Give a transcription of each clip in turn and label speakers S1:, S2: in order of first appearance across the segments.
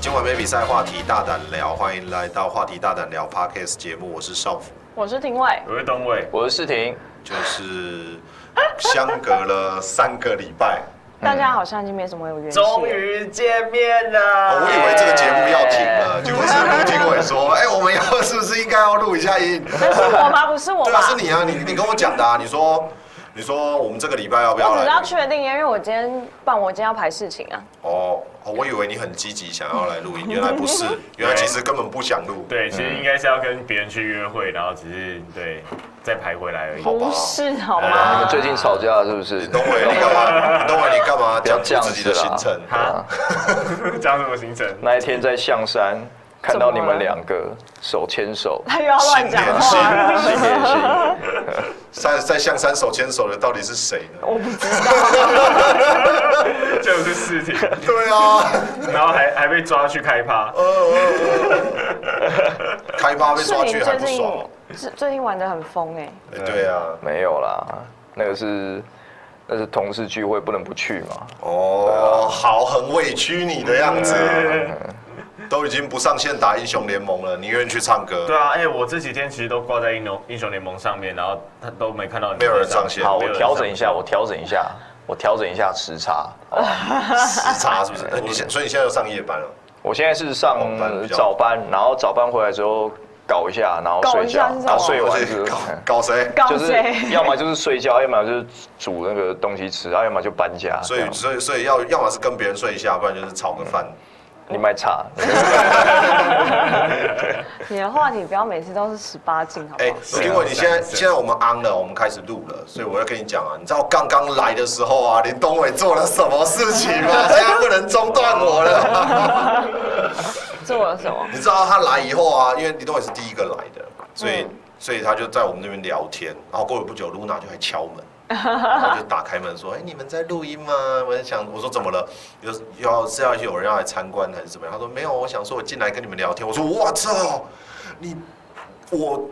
S1: 今晚没比赛，话题大胆聊，欢迎来到话题大胆聊 Podcast 节目，我是少辅，
S2: 我是廷伟，
S3: 我是东伟，
S4: 我是世廷，
S1: 就是相隔了三个礼 拜，
S2: 大家好像已经没什么有联系了。
S3: 终于见面了。
S1: 哦我以为这个节目要停了，结果是陆廷伟说，哎，我们要是不是应该要录一下 音？
S2: 但是我吧，不是我
S1: 对啊，
S2: 吧？
S1: 是你啊，你你跟我讲的啊，你说你说我们这个礼拜要不要
S2: 我只是要
S1: 来？
S2: 确定，因为我今天办，我今天要排事情啊。
S1: 哦，哦我以为你很积极想要来 录音，原来不是，原来其实根本不想录。
S3: 对，其实应该是要跟别人去约会，然后只是对再排回来而已。
S1: 好吧哎
S2: 不是好
S4: 你
S2: 吗
S4: 们？最近吵架是不是？
S1: 东伟，你干 嘛？东伟，你干嘛
S4: 不要
S1: 讲
S4: 这
S1: 出
S4: 样
S1: 自己的
S4: 子
S1: 行
S4: 啦
S1: 程？
S3: 哈，讲什么行程？
S4: 那一天在象山看到你们两个手牵手，
S2: 他又要乱讲
S1: 新
S2: 话了，
S1: 年
S4: 心连心，
S1: 在在象山手牵手的到底是谁呢？
S2: 我不知道。
S3: 就是事情，
S1: 对啊，
S3: 然后还还被抓去开趴。
S1: 开趴被
S2: 是
S1: 抓
S2: 你
S1: 去还
S2: 最
S1: 不
S2: 近
S1: 爽。
S2: 最最近玩的很疯哎，
S1: 哎对啊，
S4: 没有啦，那个是那是同事聚会，不能不去嘛。
S1: 哦，好，很委屈你的样子，啊都已经不上线打英雄联盟了，你愿意去唱歌
S3: 对？啊，哎、我这几天其实都挂在英雄英雄联盟上面，然后他都没看到你。
S1: 没有人啊上线
S4: 好，
S3: 没
S4: 我
S3: 有人
S4: 调整一
S3: 上
S4: 下，我调整一下，我调整一下时差。哦
S1: 时差是不是？哎你现所以你现在又上夜班了？
S4: 我现在是上
S1: 早班比较
S4: 早班，然后早班回来之后搞一下，然后
S2: 搞
S4: 睡
S2: 一下
S4: 觉
S2: 是，什么
S4: 啊，睡
S1: 我
S4: 完
S1: 是
S4: 之
S1: 哦搞
S4: 后。
S1: 搞谁？
S2: 搞
S4: 就是
S2: 谁？
S4: 要么就是睡觉，要么就是煮那个东西吃，啊，要么就搬家。
S1: 所
S4: 这
S1: 以
S4: 样
S1: 所以所以要要么是跟别人睡一下，不然就是炒个饭。
S4: 你卖差，
S2: 你的话题不要每次都是十八禁，好不
S1: 哎
S2: 好？，
S1: 因为你现在现在我们 on 了，我们开始录了，所以我要跟你讲啊，你知道刚刚来的时候啊，林东伟做了什么事情 吗？现在不能中断我了。
S2: 做了什么？
S1: 你知道他来以后啊，因为林东伟是第一个来的，所以、所以他就在我们那边聊天，然后过了不久，露娜就来敲门，然后就打开门说：“哎、你们在录音吗？”我在想，我说怎么了？有要是要有人要来参观还是怎么样？他说没有，我想说我进来跟你们聊天。我说我操，你我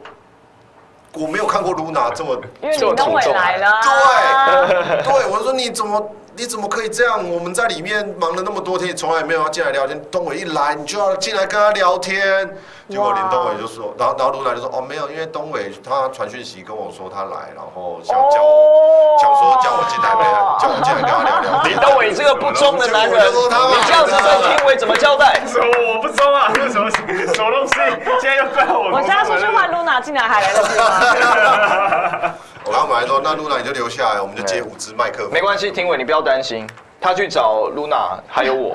S1: 我没有看过露娜这么。
S2: 因为你跟伟来了、啊，
S1: 对， 对，我说你怎么你怎么可以这样？我们在里面忙了那么多天，你从来没有要进来聊天。东伟一来，你就要进来跟他聊天。结果
S2: 哇
S1: 林东伟就说，然后然后卢娜就说，哦，没有，因为东伟他传讯息跟我说他来，然后想叫我，
S2: 哦
S1: 想说叫我进来啊陪他，叫我进来跟他聊聊天。
S4: 林东伟这个不忠的男人，
S1: 我就说他嘛
S4: 你这样子跟听伟怎么交代？
S3: 什么我不中啊？ 这什么什么东西？现在又怪我。
S2: 我现在出去换。露娜进来还来得及吗？
S1: 我刚本来说，那露娜你就留下来，我们就接五支麦克风。
S4: 没关系，听伟你不要担心，他去找露娜还有我，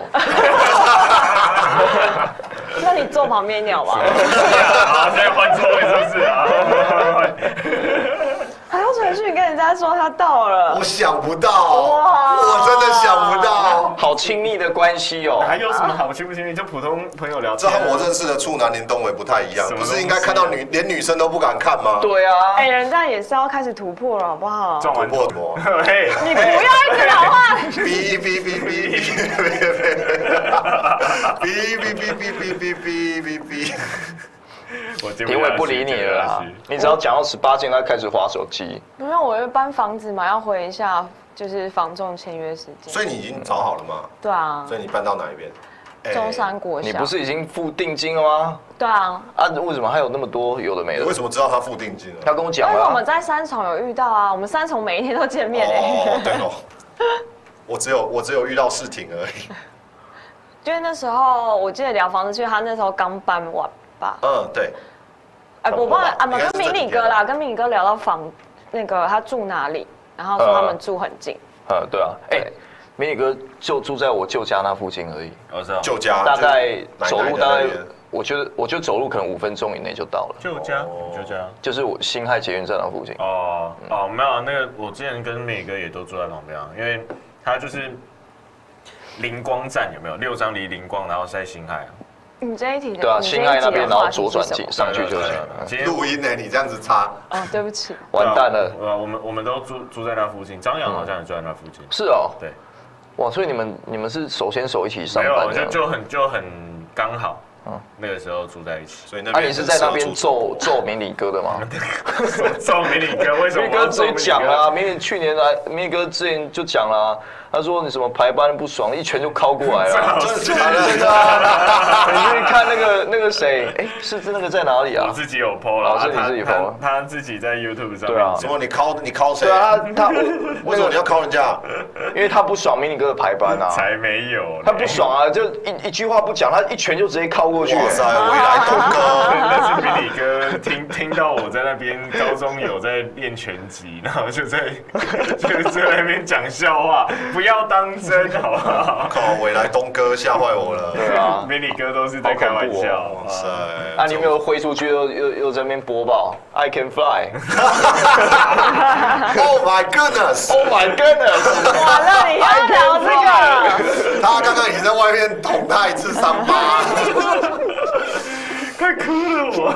S2: 那你坐旁边一点好不好？
S3: 啊好，现在换座位是不 是啊？
S2: 还要传讯跟人家说他到了
S1: 我，想不到，
S2: 哇
S1: 我真的想不到。
S4: 好亲密的关 系哦。
S3: 还有什么好亲不亲密？就普通朋友聊
S1: 这
S3: 天
S1: 和
S3: 啊。
S1: 我认识的处男林东伟不太一样，
S3: 什么
S1: 不
S3: 东西啊
S1: 是应该看到女连女生都不敢看吗？
S4: 对啊，
S2: 哎、人家也是要开始突破了，好不好？
S3: 撞
S1: 突
S3: 完
S1: 破什么？
S3: 嘿，
S2: 你不要一直讲话，
S4: 哎
S1: 哔哔哔哔哔哔哔哔哔哔哔哔哔哔哔
S3: 我接
S4: 评
S3: 下
S4: 委
S3: 去
S4: 不理你了
S1: 哎
S3: 接不
S4: 啦
S3: 下去，
S4: 你只要讲到十八禁，他开始划手机。
S2: 没有，我要搬房子嘛，要回一下就是房仲签约时间。
S1: 所以你已经找好了吗？
S2: 对啊
S1: 所，以你搬到哪一边？哎
S2: 中山国小。
S4: 你不是已经付定金了吗？
S2: 对啊，
S4: 啊，为什么还有那么多有的没
S1: 你
S4: 的
S1: 为？什么知道他付定金了？
S4: 他跟我
S2: 因
S4: 讲
S2: 为
S4: 了
S2: 哎我
S4: 啊
S2: 们，在三重有遇到啊，我们三重每一天都见面哎、
S1: 哦，对哦，我只有我只有遇到事情而已。
S2: 就是那时候我记得聊房子，去他那时候刚搬完吧，
S1: 嗯，对，
S2: 哎、我忘了啊，
S1: 应该是
S2: 跟
S1: 这
S2: 明
S1: 几
S2: 理
S1: 天
S2: 哥啦，跟明理哥聊到房那个他住哪里，然后说他们住很近，
S4: 呃，对啊，哎，美女哥就住在我舅家那附近而已，
S3: 我知道。
S1: 旧家
S4: 大概走
S1: 啊就是奶奶
S4: 路
S1: 的
S4: 大概
S1: 那边，
S4: 我觉得我就走路可能五分钟以内就到了，
S3: 就这样
S1: 哦，
S3: 就这样。
S4: 就是我新海捷运站那附近。
S3: 哦哦，没有那个，我之前跟美哥也都住在旁边啊，因为他就是灵光站有没有？六张离灵光，然后是在新海啊，
S2: 你这一题的，
S4: 对啊，
S2: 你这一
S4: 新爱那
S2: 题
S4: 边
S2: 的
S4: 然后
S2: 话题
S4: 左
S2: 是
S4: 转
S2: 什
S4: 进
S2: 么？
S4: 上去就是
S3: 对对，对
S4: 嗯
S3: 其实
S1: 录音呢，你这样子插，
S2: 哦，对不起，
S4: 完蛋了。
S3: 对啊我们我们都住住在那附近，张扬好像也住在那附近。
S4: 是哦，
S3: 对，
S4: 哇，所以你们你们是手牵手一起上
S3: 没有，
S4: 班
S3: 就
S4: 的，
S3: 就很就很刚好，嗯，那个时候住在一起。
S1: 所以那
S4: 啊，
S1: 边
S4: 你是在那边
S1: 很适合住
S4: 揍揍迷你哥的 吗？
S3: 赵明理哥为什么
S4: 明
S3: 我要
S4: 哥
S3: 揍
S4: 自
S3: 迷你
S4: 己
S3: 哥？
S4: 讲啊啦、明明去年来，明明哥之前就讲啦、他说你什么排班不爽，一拳就敲过 来了、
S1: 真的假的？
S4: 真的啊！ 你去看那个那个谁，哎、是那个在哪里
S3: 我
S4: 啊？
S3: 自己有 PO 了，
S4: 哦是你
S3: 他
S4: 自己
S3: 他
S4: po
S3: 他自己在 YouTube 上面
S4: 对啊
S1: 什
S3: 讲
S1: 么？你敲你敲谁
S4: 对？啊，他他
S1: 为什么你要敲人家？
S4: 因为他不爽迷你哥的排班啊，
S3: 才没有嘞，
S4: 他不爽啊，就一一句话不讲，他一拳就直接敲过去、
S1: 哇塞，未来东哥。
S4: 啊
S3: 那是迷你哥听听到我在那边高中有在练拳击， 然后就在就在那边讲笑话，不要当真好不好？
S1: 靠，未来东哥吓坏我了。
S4: 对啊，
S3: 迷你哥都是在开玩笑，
S1: 哇塞！
S4: 啊，你没有挥出去又又又在那边播报，I can fly，Oh
S1: ？Oh my goodness！
S4: my goodness！
S2: 完了，你要聊这个，
S1: 他刚刚已经在外面捅他一次伤 疤。
S3: 快哭了我。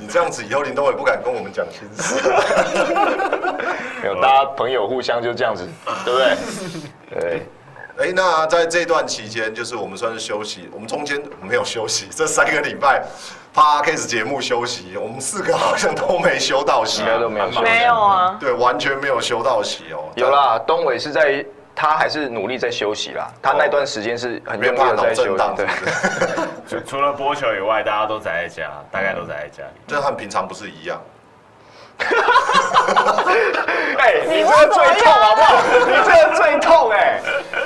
S1: 你这样子以后林东伟不敢跟我们讲心事。
S4: 没 有，大家朋友互相就这样子，对不对？对。
S1: 哎，那在这段期间，就是我们算是休息，我们中间没有休息，这三个礼拜 p o d c a s 节目休息，我们四个好像都没休到息
S4: 应，该都没有休息
S2: 没有啊，
S1: 对，完全没有休到息哦。
S4: 有啦，东伟是在他还是努力在休息啦，他那段时间是很
S1: 别
S4: 用力
S1: 怕
S4: 的
S1: 脑
S4: 在
S1: 震
S4: 休息
S1: 荡，，是
S4: 对
S1: 不，是？
S3: 就除了播球以外，大家都宅在家，大概都宅在家里。
S1: 这和平常不是一样。
S4: 哎、你这个最痛
S2: 啊
S4: 好不好？你这个最痛哎、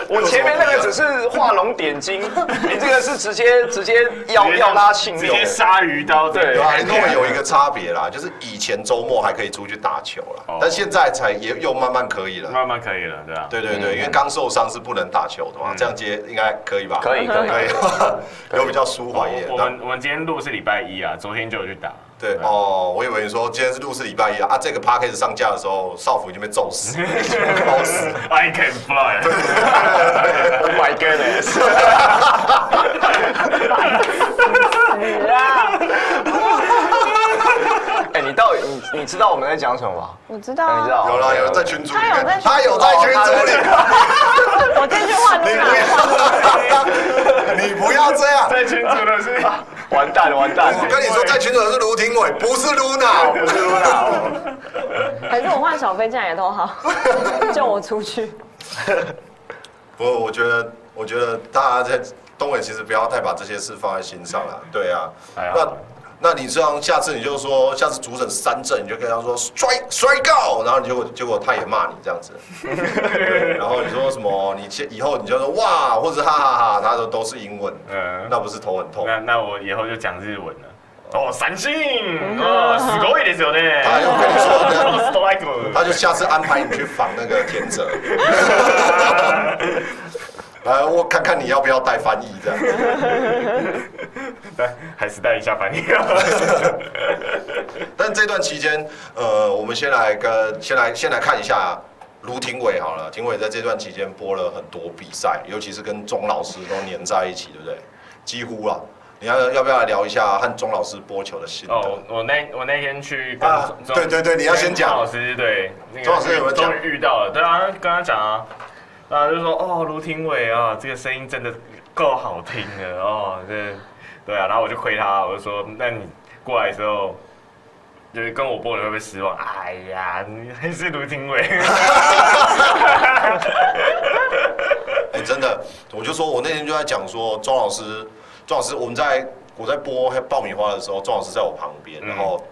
S4: 我前面那个只是画龙点睛，你这个是直接直接要要拉性
S3: 直
S4: 命
S3: 接鲨鱼刀
S4: 对
S1: 对啊，林东伟有一个差别啦，就是以前周末还可以出去打球啦
S3: 哦，
S1: 但现在才也又慢慢可以了。
S3: 慢慢可以了，对吧？
S1: 对对对，
S4: 嗯
S1: 因为刚受伤是不能打球的嘛，这样接应该可以吧？
S4: 可以可以
S1: 可以，有比较舒
S4: 啊
S1: 缓一点
S3: 我。我们我们今天录是礼拜一啊，昨天就有去打。
S1: 对
S4: 嗯
S1: 哦，我以为你说今天是录是礼拜一啊，啊这个 p a c a s e 上架的时候，少辅已经被揍 死，已经被搞死。
S3: I can fly，
S4: ，Oh my goodness！
S2: 死啊！
S4: 哎、你到底你你知道我们在讲什么吗？
S2: 我知道
S4: 你知
S2: 啊，
S4: 道
S1: 有啦，有人在群组里
S2: 他有在
S1: 面，
S2: 群
S1: 他有在群组里，
S2: 我这句话都
S1: 你不要，
S2: 没有
S1: 你不要这样。
S3: 在群主的是
S4: 完蛋了完蛋了
S1: 我跟你说，在群组的是卢廷伟，不是 Luna。
S4: 我是露娜哦
S2: 还是我换小飞进来也 都好，救我出去。
S1: 不过我觉得，我觉得大家在东伟其实不要太把这些事放在心上了。对啊，
S3: 嗯还好
S1: 那那你这样，下次你就说，下次主审三阵，你就跟他说摔摔告，然后结果结果他也骂你这样 子。对，然后你说什么？你先以后你就说哇，或者哈哈哈，他说都是英文，
S3: 嗯
S1: 那不是头很痛。
S3: 那那我以后就讲日文了。哦，三星，哦，すごいですよね。
S1: 他又跟你说那
S3: 哦，ストライク。
S1: 他就下次安排你去访那个田 泽， 来，我看看你要不要带翻译这样。
S3: 来还是带一下翻译。
S1: 但这段期间，呃，我们先来跟先来先来看一下卢廷伟好了。廷伟在这段期间播了很多比赛，尤其是跟钟老师都黏在一起，对不对？几乎啊，你要要不要来聊一下和钟老师播球的心得？
S3: 哦，我那我那天去跟
S1: 啊
S3: 钟
S1: 对对对你要先讲
S3: 钟老师对，那个
S1: 钟老师有没有讲
S3: 终于遇到了，对啊，跟他讲啊，然后就说哦，卢廷伟啊，这个声音真的够好听的哦，这对啊，然后我就亏他，我就说那你过来之后。就是跟我播你会不会失望？哎呀，你 还是卢廷伟，
S1: 哎、真的，我就说我那天就在讲说，钟老师，钟老师，我们在我在播爆米花的时候，钟老师在我旁边，
S3: 嗯
S1: 然后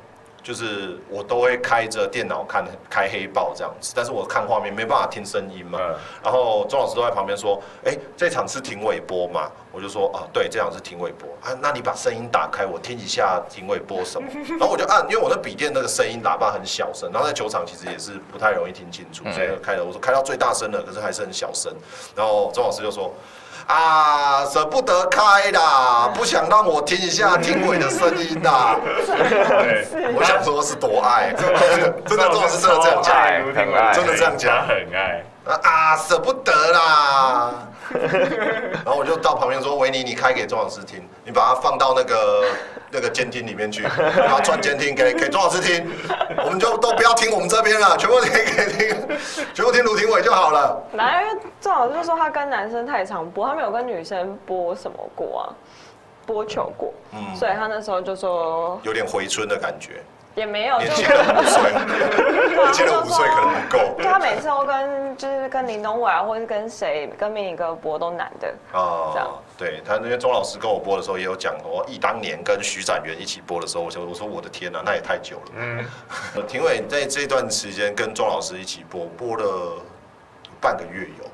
S1: 就是我都会开着电脑看开黑豹这样子，但是我看画面没办法听声音嘛。
S3: 嗯
S1: 然后钟老师都在旁边说：“哎、这场是庭伟播嘛？”我就说：“啊，对，这场是庭伟播啊。”那你把声音打开，我听一下庭伟播什么。 然后我就按，因为我的笔电那个声音喇叭很小声，然后在球场其实也是不太容易听清楚，所以开了我说开到最大声了，可是还是很小声。然后钟老师就说。啊，舍不得开啦，不想让我听一下庭伟的声音 啦。
S3: 对，
S1: 我想说是多爱， 真的，钟老师真的这样
S3: 超
S1: 讲。
S3: 爱 卢廷伟，
S1: 真的这样讲
S3: 他很爱。
S1: 啊，舍不得啦。然后我就到旁边说：“维尼，你开给钟老师听，你把它放到那个 那个监听里面去，然后转监听给给钟老师听，我们就都不要听我们这边了，全部听给听，全部听卢廷伟就好了。
S2: 来，因为郑老师就说他跟男生太常播，他没有跟女生播什么过啊。播球过，
S1: 嗯
S2: 所以他那时候就说
S1: 有点回春的感觉，
S2: 也没 有，就
S1: 年轻
S2: 是
S1: 人五岁，年轻人五岁可能不够
S2: 就他每次都跟就是跟林东伟啊，或者是跟谁跟明理哥播都难的，这样
S1: 啊。对他那边钟老师跟我播的时候也有讲过，忆当年跟徐展元一起播的时候，我就我说我的天哪、那也太久了。
S3: 嗯，
S1: 庭伟在这段时间跟钟老师一起播，播了半个月有。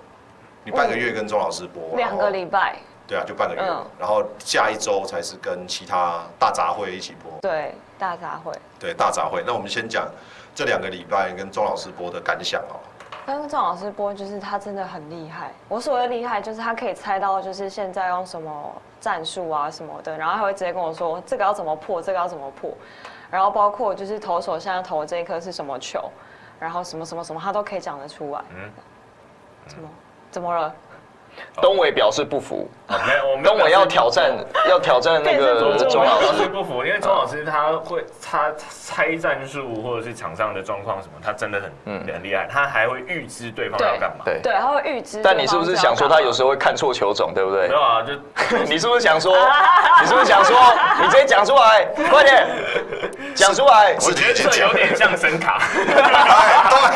S1: 你半个月跟钟老师播，然
S2: 两
S1: 后
S2: 个礼拜，
S1: 对啊，就半个月，
S2: 嗯
S1: 然后下一周才是跟其他大杂烩一起播，
S2: 对大杂烩。
S1: 对大杂烩。那我们先讲这两个礼拜跟钟老师播的感想 哦。
S2: 但是郑老师播就是他真的很厉害，我所谓的厉害就是他可以猜到就是现在用什么战术啊什么的，然后他会直接跟我说这个要怎么破，这个要怎么破，然后包括就是投手现在投的这一颗是什么球，然后什么什么什么他都可以讲得出来。
S3: 嗯
S2: 嗯，怎么怎么了？
S4: 东伟表示不服，
S3: 哦没有，我没有
S4: 东伟要挑战，要挑战那个
S2: 变成
S4: 钟
S3: 钟
S4: 老
S3: 老
S4: 师。
S3: 师不服，因为钟老师他会他他猜战术或者是场上的状况什么，他真的很、很厉害，他还会预知对方
S2: 对
S3: 要干嘛。
S4: 嗯对
S2: 对，他会预知。
S4: 但你是不是想说他有时候会看错球种，对不对
S3: 没？有啊， 就
S4: 你是不是想说？你是不是想说？你直接讲出来，快点讲出来！
S1: 我觉
S3: 这有点像声卡。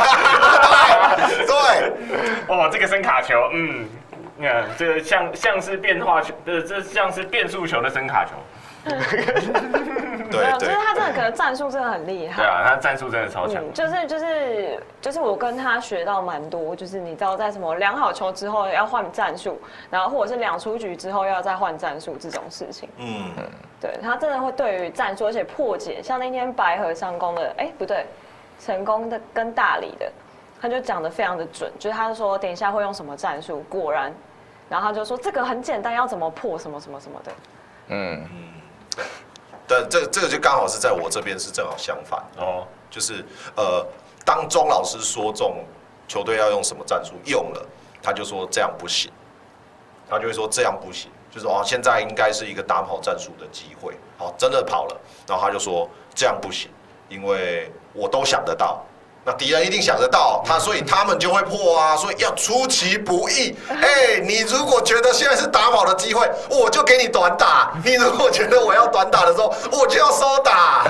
S1: 对对对，
S3: 哇，这个声卡球，嗯，你看这个像像是变化球，这这像是变速球的声卡球。
S2: 没
S1: 对
S2: 有，就是
S1: 对，
S2: 他真的可能战术真的很厉害
S3: 对。啊，他战术真的超强。
S2: 嗯，就是就是就是我跟他学到蛮多，就是你知道在什么量好球之后要换战术，然后或者是量出局之后要再换战术这种事情。
S1: 嗯，
S2: 对他真的会对于战术，而且破解，像那天白河上攻的，哎、不对，成功的跟大理的，他就讲的非常的准，就是他说等一下会用什么战术，果然，然后他就说这个很简单，要怎么破什么什么什么的。
S4: 嗯，
S1: 但这这个就刚好是在我这边是正好相反，
S3: 哦，
S1: 就是呃，当钟老师说中球队要用什么战术用了，他就说这样不行，他就会说这样不行，就是哦，现在应该是一个打跑战术的机会，好、真的跑了，然后他就说这样不行，因为我都想得到。那敌人一定想得到
S4: 嗯
S1: 他，所以他们就会破啊，所以要出其不意。
S4: 嗯
S1: 哎、你如果觉得现在是打跑的机会，我就给你短打；你如果觉得我要短打的时候，我就要收 打。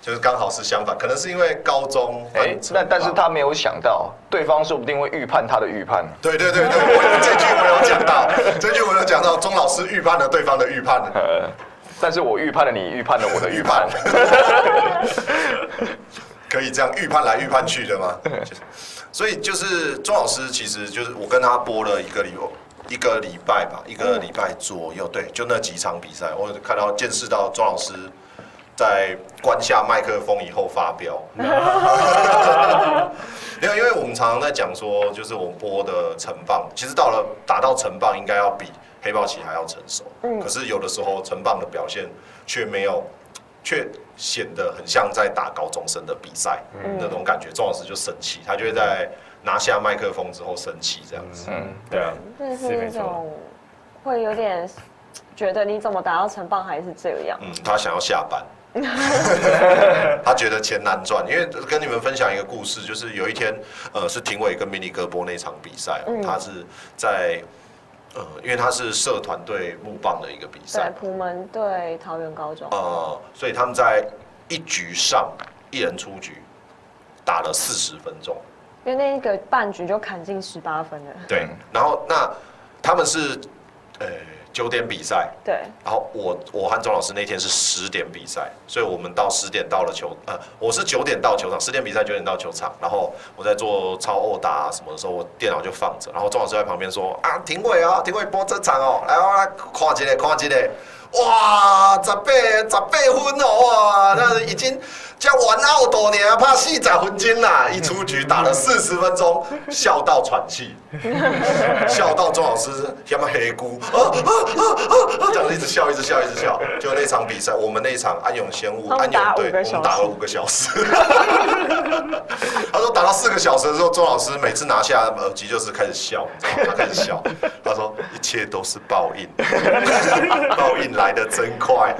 S1: 就是刚好是相反，可能是因为高中
S4: 哎
S1: 分，层
S4: 那但是
S1: 吧
S4: 他没有想到，对方说不定会预判他的预判。
S1: 对对对对，我有这句我有讲到，这句我有讲到，钟老师预判了对方的预判了，
S4: 呃，但是我预判了你，预判了我的预判。
S1: 可以这样预判来预判去的吗？就是所以就是钟老师，其实就是我跟他播了一个礼一个礼拜吧，一个礼拜左右，对，就那几场比赛，我看到见识到钟老师在关下麦克风以后发飙。没有，因为我们常常在讲说，就是我们播的成棒，其实到了打到成棒，应该要比黑豹旗还要成熟。
S2: 嗯
S1: 可是有的时候成棒的表现却没有，却显得很像在打高中生的比赛、那种感觉。钟老师就生气，他就会在拿下麦克风之后生气这样子。
S4: 嗯，
S3: 对啊，
S2: 真的是
S3: 是没
S2: 一
S3: 错
S2: 种会有点觉得你怎么达到成棒还是这样。
S1: 嗯，他想要下班， 他觉得钱难赚。因为跟你们分享一个故事，就是有一天，呃，是廷伟跟迷你哥播那场比赛、哦
S2: 嗯
S1: 他是在。呃，因为他是社团对木棒的一个比
S2: 对
S1: 赛，，
S2: 普门对桃园高中，
S1: 呃，所以他们在一局上一人出局，打了四十分钟，
S2: 因为那一个半局就砍进十 八分了。
S1: 对，然后那他们是呃九点比赛，
S2: 对，
S1: 然后我我和钟老师那天是十点比赛，所以我们到十点到了球，呃，我是九点到球场，十点比赛九点到球场，然后我在做超殴打、啊、什么的时候，我电脑就放着，然后钟老师在旁边说啊，廷伟啊，廷伟播这场哦，来我来看一下，看一下。哇，十八十八分哦，哇，那已经叫玩奥多呢，怕四十分钟啦，一出局打了四十分钟，笑到喘气。 笑到钟老师他妈黑姑，啊啊啊啊啊，这样一直笑，一直笑，一直笑。就那场比赛，我们那一场安永先物，
S2: 他
S1: 安
S2: 们
S1: 永
S2: 打
S1: 队，
S2: 五个
S1: 我
S2: 小
S1: 们打
S2: 时
S1: 了五个小时。 他说打到四个小时的时候，钟老师每次拿下耳机就是开始笑，你知道吗？他开始笑，他说一切都是报应， 报应来的真快，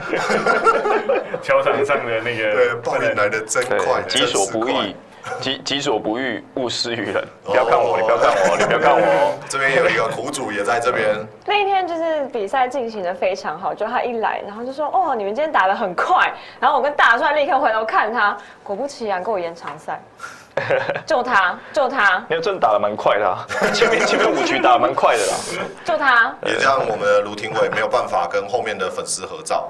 S3: 球场上的那 个
S1: 对，报应来的真快，
S4: 对，己所不
S1: 真是快
S4: 欲，己己所不欲，勿施于人。不要看我，你不要看我，你不要看我。
S1: 这边有一个苦主也在这 边，
S2: 那一天就是比赛进行的非常好，就他一来，然后就说：“哦，你们今天打得很快。”然后我跟大帅立刻回头看他，果不其然给我延长赛，就他，就他，
S4: 你真的打得蛮快 的、啊，前面前面五局打得蛮快的啊啦。
S2: 就他。
S1: 也让我们的卢廷伟没有办法跟后面的粉丝合照，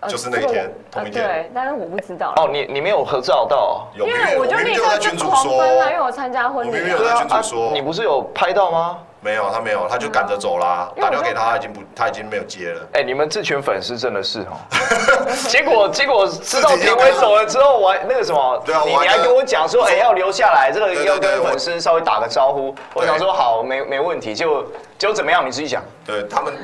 S2: 呃
S1: 就是那一天
S2: 这个我
S1: 同一天
S2: 呃对，但是我不知道。
S4: 哦，你你没有合照到？
S1: 有
S2: 因为我就立
S1: 明明
S2: 刻
S1: 在
S2: 就
S1: 群主
S2: 狂
S1: 说，
S2: 奔啊了，因为我参加婚
S1: 我明
S2: 礼
S1: 明有
S2: 了。
S1: 在群主说，
S4: 你不是有拍到吗？
S1: 没有他没有，他就赶着走啦，
S2: 因为
S1: 打
S2: 我就
S1: 电话给他，他已经不他已经没有接了。
S4: 哎、你们这群粉丝真的是哦， 结果结果知道田伟走了之后，我还那个什么，
S1: 对啊
S4: 你
S1: 我还
S4: 你还
S1: 跟
S4: 跟我讲说，哎、要留下来，这个
S1: 对对
S4: 要跟
S1: 对我
S4: 粉丝稍微打个招呼。我
S1: 对
S4: 想说好，没没问题，就就怎么样，你自己讲。
S1: 对他 们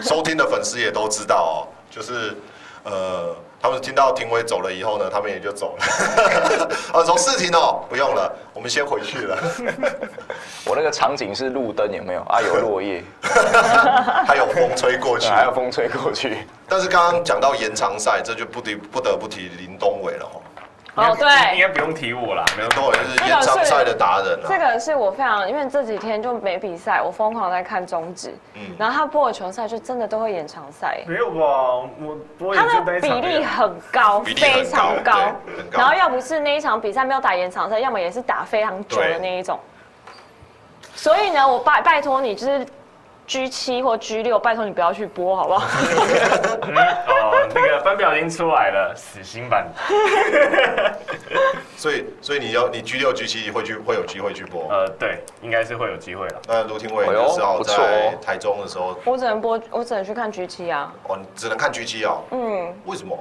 S1: 收听的粉丝也都知道哦，就是呃，他们听到庭伟走了以后呢，他们也就走了。 啊，从事情哦，不用了，我们先回去 了。
S4: 我那个场景是路灯有没有啊？有落叶，
S1: 还有风吹过去，
S4: 还有风吹过去。
S1: 但是刚刚讲到延长赛，这就不得不得不提林东伟了哦，
S2: 哦，
S3: 应
S2: 对，
S3: 该不用提我啦，没有
S1: 林东伟就是延长赛的达人
S2: 这
S1: 啊。
S2: 个是我非常，因为这几天就没比赛，我疯狂在看中指。
S1: 嗯
S2: 然后他播的球赛就真的都会延长赛，
S3: 没有吧？我我也
S2: 他
S3: 就
S2: 的
S3: 那一
S2: 比
S3: 场而
S2: 例
S3: 已
S2: 很高，
S1: 比例很高
S2: 非常高
S1: 对很。高
S2: 然后要不是那一场比赛没有打延长赛，要么也是打非常久的那一种。所以呢，我拜拜托你，就是 G 七或 G 六，拜托你不要去播，好不好？
S3: 嗯哦，那个班表已经出来了，死心版。
S1: 所以所以你要你 G 六 G 七会去会有机会去播。
S3: 呃，对，应该是会有机会了。
S1: 那卢廷伟
S4: 哎呦
S1: 就只好
S4: 不错
S1: 在
S4: 哦
S1: 台中的时候，
S2: 我只能播，我只能去看 G 七啊。
S1: 哦，你只能看 G 七哦。
S2: 嗯，
S1: 为什么？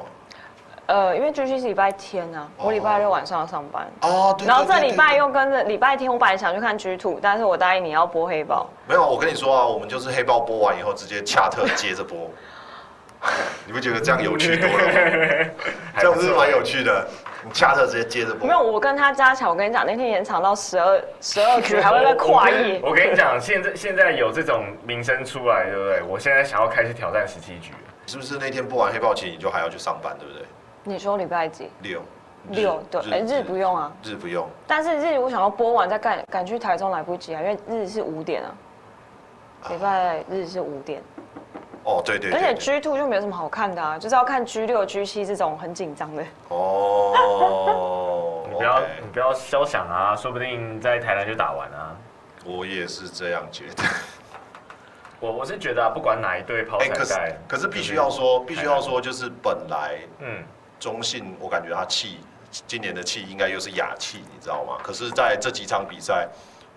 S2: 呃，因为 G 七是礼拜天啊，我礼拜六晚上要上班。
S1: 哦，对。
S2: 然后
S1: 对
S2: 这
S1: 对
S2: 礼拜
S1: 对
S2: 又跟着礼拜天，我本来想去看 G two，但是我答应你要播黑豹。
S1: 没有，我跟你说啊，我们就是黑豹播完以后直接恰特接着播， 你不觉得这样有趣多 了吗？
S3: 还
S1: 这
S3: 不
S1: 样是蛮有趣的，你恰特直接接着播
S2: 没。有，我跟他加起来，我跟你讲，那天延长到十二十二局，还会再 跨夜。
S3: 我跟你讲，现在现在有这种名声出来，对不对？我现在想要开始挑战十七局了。
S1: 是不是那天播完黑豹棋你就还要去上班，对不对？
S2: 你说礼拜几？
S1: 六
S2: 六对，哎日不用啊。
S1: 日不用
S2: 但是日我想要播完再赶赶去台中来不及啊，因为日是五点啊，礼拜日是五点，
S1: 哦，对啊对
S2: 而
S1: 对对
S2: 且 G two 就没有什么好看的啊，就是要看 G 六、G 七这种很紧张的。
S1: 哦
S3: 你不要嗯
S1: OK
S3: 你不要肖想啊，说不定在台南就打完啊。
S1: 我也是这样觉得。
S3: 我我是觉得啊，不管哪一队抛
S1: 哎、
S3: 彩
S1: 可是
S3: 带，
S1: 可是必须要说，必须要说，就是本来
S3: 嗯，
S1: 中信，我感觉他气今年的气应该又是亚气，你知道吗？可是在这几场比赛，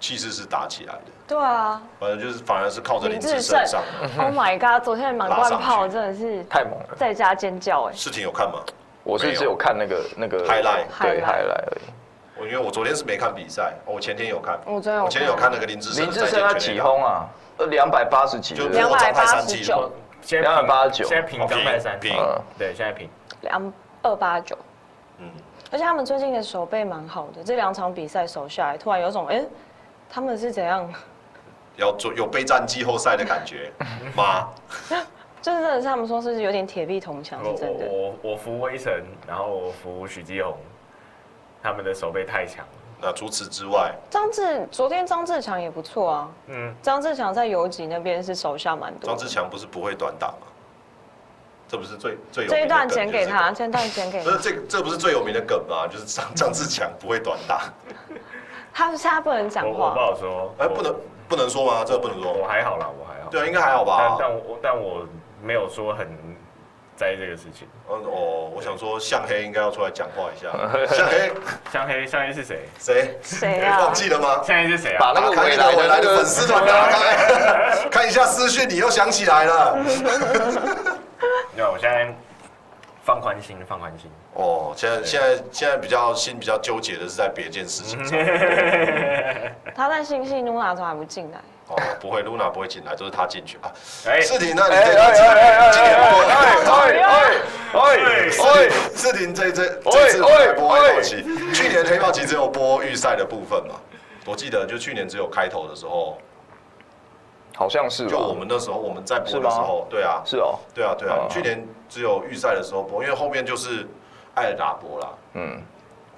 S1: 气势是打起来的，
S2: 对啊
S1: 反正就是反而是靠着
S2: 林
S1: 林
S2: 志
S1: 志
S2: 胜
S1: 胜上的。
S2: ，Oh my god，昨天满
S1: 拉
S2: 贯
S1: 上去
S2: 炮真的是
S4: 太猛了，
S2: 在家尖叫哎、
S1: 事情有看吗？
S4: 我是只有看那个那个
S1: Highlight
S4: 对
S2: Highlight
S4: highlight 而已。
S1: 我因为我昨天是没看比赛，哦我前天有看，
S2: 我昨天有
S1: 我前天有看那个林志胜
S4: 林
S1: 的
S4: 志
S1: 再见
S4: 胜他
S1: 全垒
S4: 几
S1: 打
S4: 轰啊？呃，两百八十几，
S1: 就
S4: 对不对
S1: 破张泰山纪
S2: 289
S1: 录，
S3: 现在平
S4: 289
S3: 现在平
S1: 哦
S3: 刚在三
S1: 平
S4: 嗯
S3: 对，现在平。
S2: 两二八九，
S1: 嗯，
S2: 而且他们最近的手背蛮好的，这两场比赛手下来，突然有种哎、诶他们是怎样？
S1: 要做有备战季后赛的感觉 吗？
S2: 就是真的是他们说是有点铁壁铜墙，
S3: 我
S2: 哦是
S1: 哦
S2: 真的。
S3: 我我我服威神，然后我服许基宏，他们的手背太强了。
S1: 那除此之外，
S2: 张志昨天张志强也不错啊，
S3: 嗯，
S2: 张志强在游击那边是手下蛮多
S1: 张
S2: 的
S1: 志。强不是不会短打吗？这不是最最有名的
S2: 这一段
S1: 梗
S2: 剪
S1: 就是
S2: 给
S1: 这个嗯
S2: 他，这一段剪给
S1: 不
S2: 他
S1: 是，这个，这不是最有名的梗吗？就是张张志强不会短打，
S2: 他是他不能讲
S3: 我我不
S2: 话，
S3: 好说，
S1: 哎，
S3: 我
S1: 不能不能说吗？这个不能
S3: 我
S1: 说。
S3: 还好啦，我还好。
S1: 对啊，应该还好吧
S3: 但。但我但我没有说很在意这个事情。
S1: 嗯哦，我想说向黑应该要出来讲话一 下。向黑
S3: 向黑向黑是谁？
S1: 谁？
S2: 谁
S1: 你
S2: 啊
S1: 忘？记了吗？
S3: 向黑是谁
S4: 把
S3: 啊？
S4: 那
S1: 打
S4: 个
S1: 开
S4: 未
S1: 你的
S4: 来
S1: 未来
S4: 的
S1: 的粉丝团打
S4: 啊
S1: 开， 看一下私讯，你又想起来了。
S3: 那啊我现在放宽心，放宽心。
S1: 哦，现在现在现在比较心比较纠结的是在别件事情
S4: 嗯
S1: 上。
S2: 他在星系努娜怎么还不进来？
S1: 哦，不会，Luna 不会进来，就是他进去啊。
S3: 哎，
S1: 世廷，那你
S4: 哎
S1: 这
S4: 哎哎
S1: 个今
S4: 哎哎哎
S1: 今年
S4: 哎
S1: 播，
S4: 哎哎哎哎！
S1: 世廷这这
S4: 喂
S1: 这次来播
S4: 喂
S1: 黑豹旗，去年黑豹旗只有播预赛的部分嘛。我记得就去年只有开头的时候，
S4: 好像是吧
S1: 就我们那时候我们在播
S4: 嗯是
S1: 的
S4: 吗
S1: 时候，对啊，
S4: 是哦，
S1: 对啊，对啊
S4: 哦，
S1: 去年只有预赛的时候播，因为后面就是艾尔达播啦。
S4: 嗯，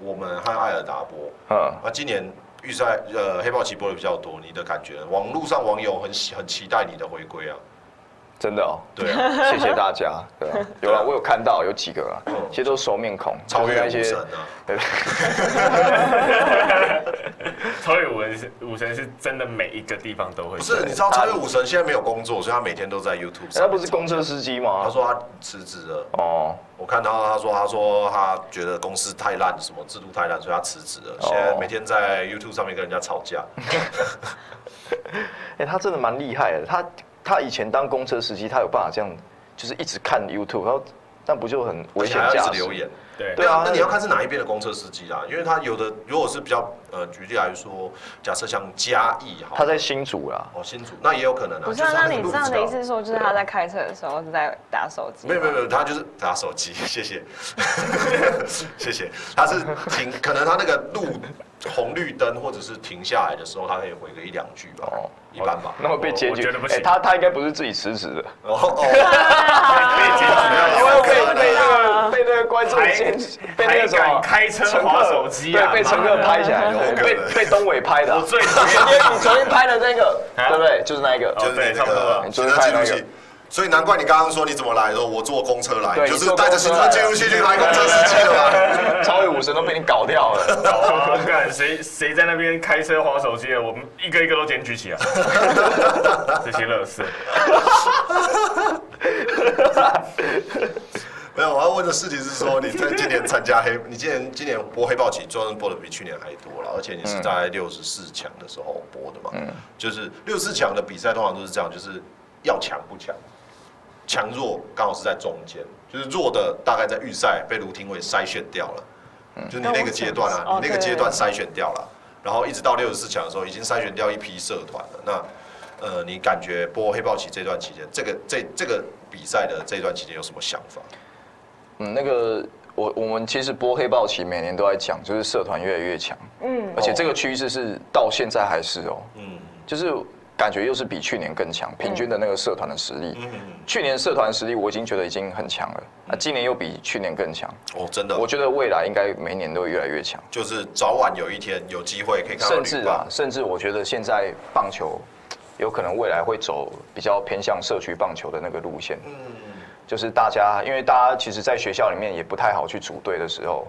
S1: 我们和艾尔达播，
S4: 嗯，
S1: 那今年预赛呃黑豹棋播的比较多，你的感觉呢？网络上网友很喜很期待你的回归啊，
S4: 真的哦，
S1: 对 啊，
S4: 谢谢大家，对啊，有
S1: 对啊
S4: 了，我有看到有几个啊，其实都是熟面孔，
S1: 超越
S4: 就是
S1: 武神啊，
S4: 那些，对，
S3: 超越武神是武神是真的每一个地方都会
S1: 不
S3: 去，
S1: 是，你知道超越武神现在没有工作，所以他每天都在 YouTube 上。
S4: 那不是公车司机
S1: 他
S4: 吗？
S1: 说他辞职了，
S4: 哦，
S1: 我看到他说他说他觉得公司太烂，什么制度太烂，所以他辞职了。
S4: 哦
S1: 现在每天在 YouTube 上面跟人家吵架，
S4: 哎，他真的蛮厉害的，他他以前当公车司机，他有办法这样，就是一直看 YouTube，然后那不就很
S1: 而
S4: 危
S1: 且
S4: 险
S1: 还要
S4: 驾
S1: 一直
S4: 驶
S1: 留？言。
S3: 对
S1: 对
S4: 对
S1: 啊
S4: 啊，
S1: 那你要看是哪一边的公车司机啦，因为他有的如果是比较呃，举例来说，假设像嘉义哈，
S4: 他在新竹啦，
S1: 哦新竹，那也有可能啊。
S2: 不是、
S1: 就
S2: 啊，
S1: 是他
S2: 那
S1: 个
S2: 你
S1: 路
S2: 这样
S1: 不
S2: 的
S1: 知
S2: 意
S1: 道
S2: 思是说，就是他在开车的时候是在打手机？
S1: 没有没有没有，他就是打手机，谢谢，谢谢。他是停，可能他那个路红绿灯或者是停下来的时候，他可以回个一两句吧，
S4: 哦
S1: 一般吧。
S4: 那会被检
S3: 我
S4: 举哎
S3: 觉得不。行
S4: 他他应该不是自己辞职的，
S1: 哦哦，
S3: 被检举
S4: 因
S1: 没
S3: 了
S1: 有
S4: 为被被
S3: 啊
S4: 那个被那个观众
S3: 还
S4: 检举，被那个什么
S3: 还敢开车
S4: 乘客
S3: 滑手机啊
S4: 对，被乘客
S3: 妈的
S4: 拍起来，
S1: 有
S4: 对
S1: 可能
S4: 被被东伟拍的啊。
S3: 我最讨厌
S4: 因为你昨天拍的那个，
S3: 啊
S4: 对不对？就是那一个，
S1: 就是
S3: 对
S1: 你
S3: 差
S1: 那
S3: 不多
S1: 个
S3: 了
S4: 你
S1: 行
S4: 昨
S1: 车
S4: 天
S1: 记
S4: 拍
S1: 录
S4: 那个
S1: 器。所以难怪你刚刚说你怎么来的，我坐公车来，
S4: 对
S1: 就是
S4: 你坐
S1: 带着行车记录器去来公车司机的嘛。
S4: 超越武神都被你搞 掉了。
S3: 啊！看谁谁在那边开车划手机的，我们一个一个都检举起 来。这些乐 事，
S1: 没有，我要问的事情是说，你在今年参加黑， 你今年今年播黑豹棋，专门播的比去年还多了，而且你是在六十四强的时候播的嘛？就是六十四强的比赛通常都是这样，就是要强不强，强弱刚好是在中间，就是弱的大概在预赛被卢廷伟筛选掉了，就是你那个阶段
S2: 那
S1: 啊，
S2: 我
S1: 你那
S2: 怎么
S1: 个阶
S2: 哦
S1: 段
S2: 对
S1: 筛选掉了，然后一直到六十四强的时候，已经筛选掉一批社团了。那呃，你感觉播黑豹棋这段期间，这个这这个比赛的这段期间有什么想法？
S4: 嗯，那个我我们其实播黑豹棋每年都在讲，就是社团越来越强，
S2: 嗯，
S4: 而且这个趋势是到现在还是哦，
S1: 哦嗯。
S4: 就是感觉又是比去年更强，平均的那个社团的实力。
S1: 嗯，
S4: 去年社团实力我已经觉得已经很强了，那今年又比去年更强，
S1: 哦，真的，
S4: 我觉得未来应该每年都会越来越强。
S1: 就是早晚有一天有机会可以看到
S4: 甚
S1: 女
S4: 至啊
S1: 棒，，
S4: 甚至我觉得现在棒球有可能未来会走比较偏向社区棒球的那个路线，
S1: 嗯，
S4: 就是大家因为大家其实，在学校里面也不太好去组队的时候，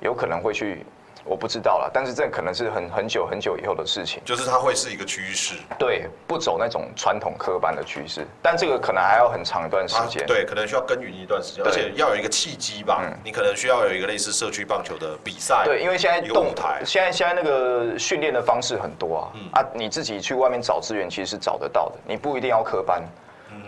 S4: 有可能会去，我不知道啦，但是这可能是很很久很久以后的事情。
S1: 就是它会是一个趋势，
S4: 对，不走那种传统科班的趋势，但这个可能还要很长一段时
S1: 它
S4: 间。
S1: 啊对，可能需要耕耘一段时间，而
S4: 对
S1: 且
S4: 嗯
S1: 要有一个契机吧，你可能需要有一个类似社区棒球的比赛，啊
S4: 对，因为现在
S1: 一个
S4: 动
S1: 舞台嗯
S4: 现在现在那个训练的方式很多啊，啊，你自己去外面找资源其实是找得到的，你不一定要科班，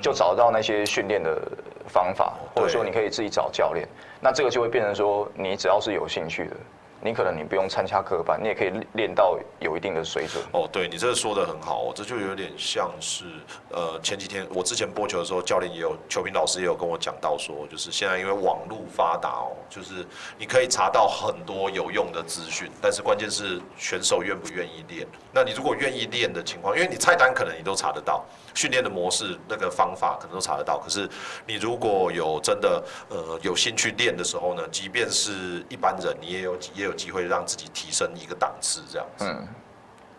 S4: 就找得到那些训练的方法，或者说
S1: 嗯对
S4: 你可以自己找教练，那这个就会变成说，你只要是有兴趣的，你可能你不用参加科班，你也可以练到有一定的水准。
S1: 哦，对你这个说的很好、哦，这就有点像是呃前几天我之前播球的时候，教练也有球评老师也有跟我讲到说，就是现在因为网络发达哦，就是你可以查到很多有用的资讯，但是关键是选手愿不愿意练。那你如果愿意练的情况，因为你菜单可能你都查得到，训练的模式那个方法可能都查得到，可是你如果有真的呃有兴趣练的时候呢，即便是一般人，你也有也有机会让自己提升一个档次这样子。
S4: 嗯，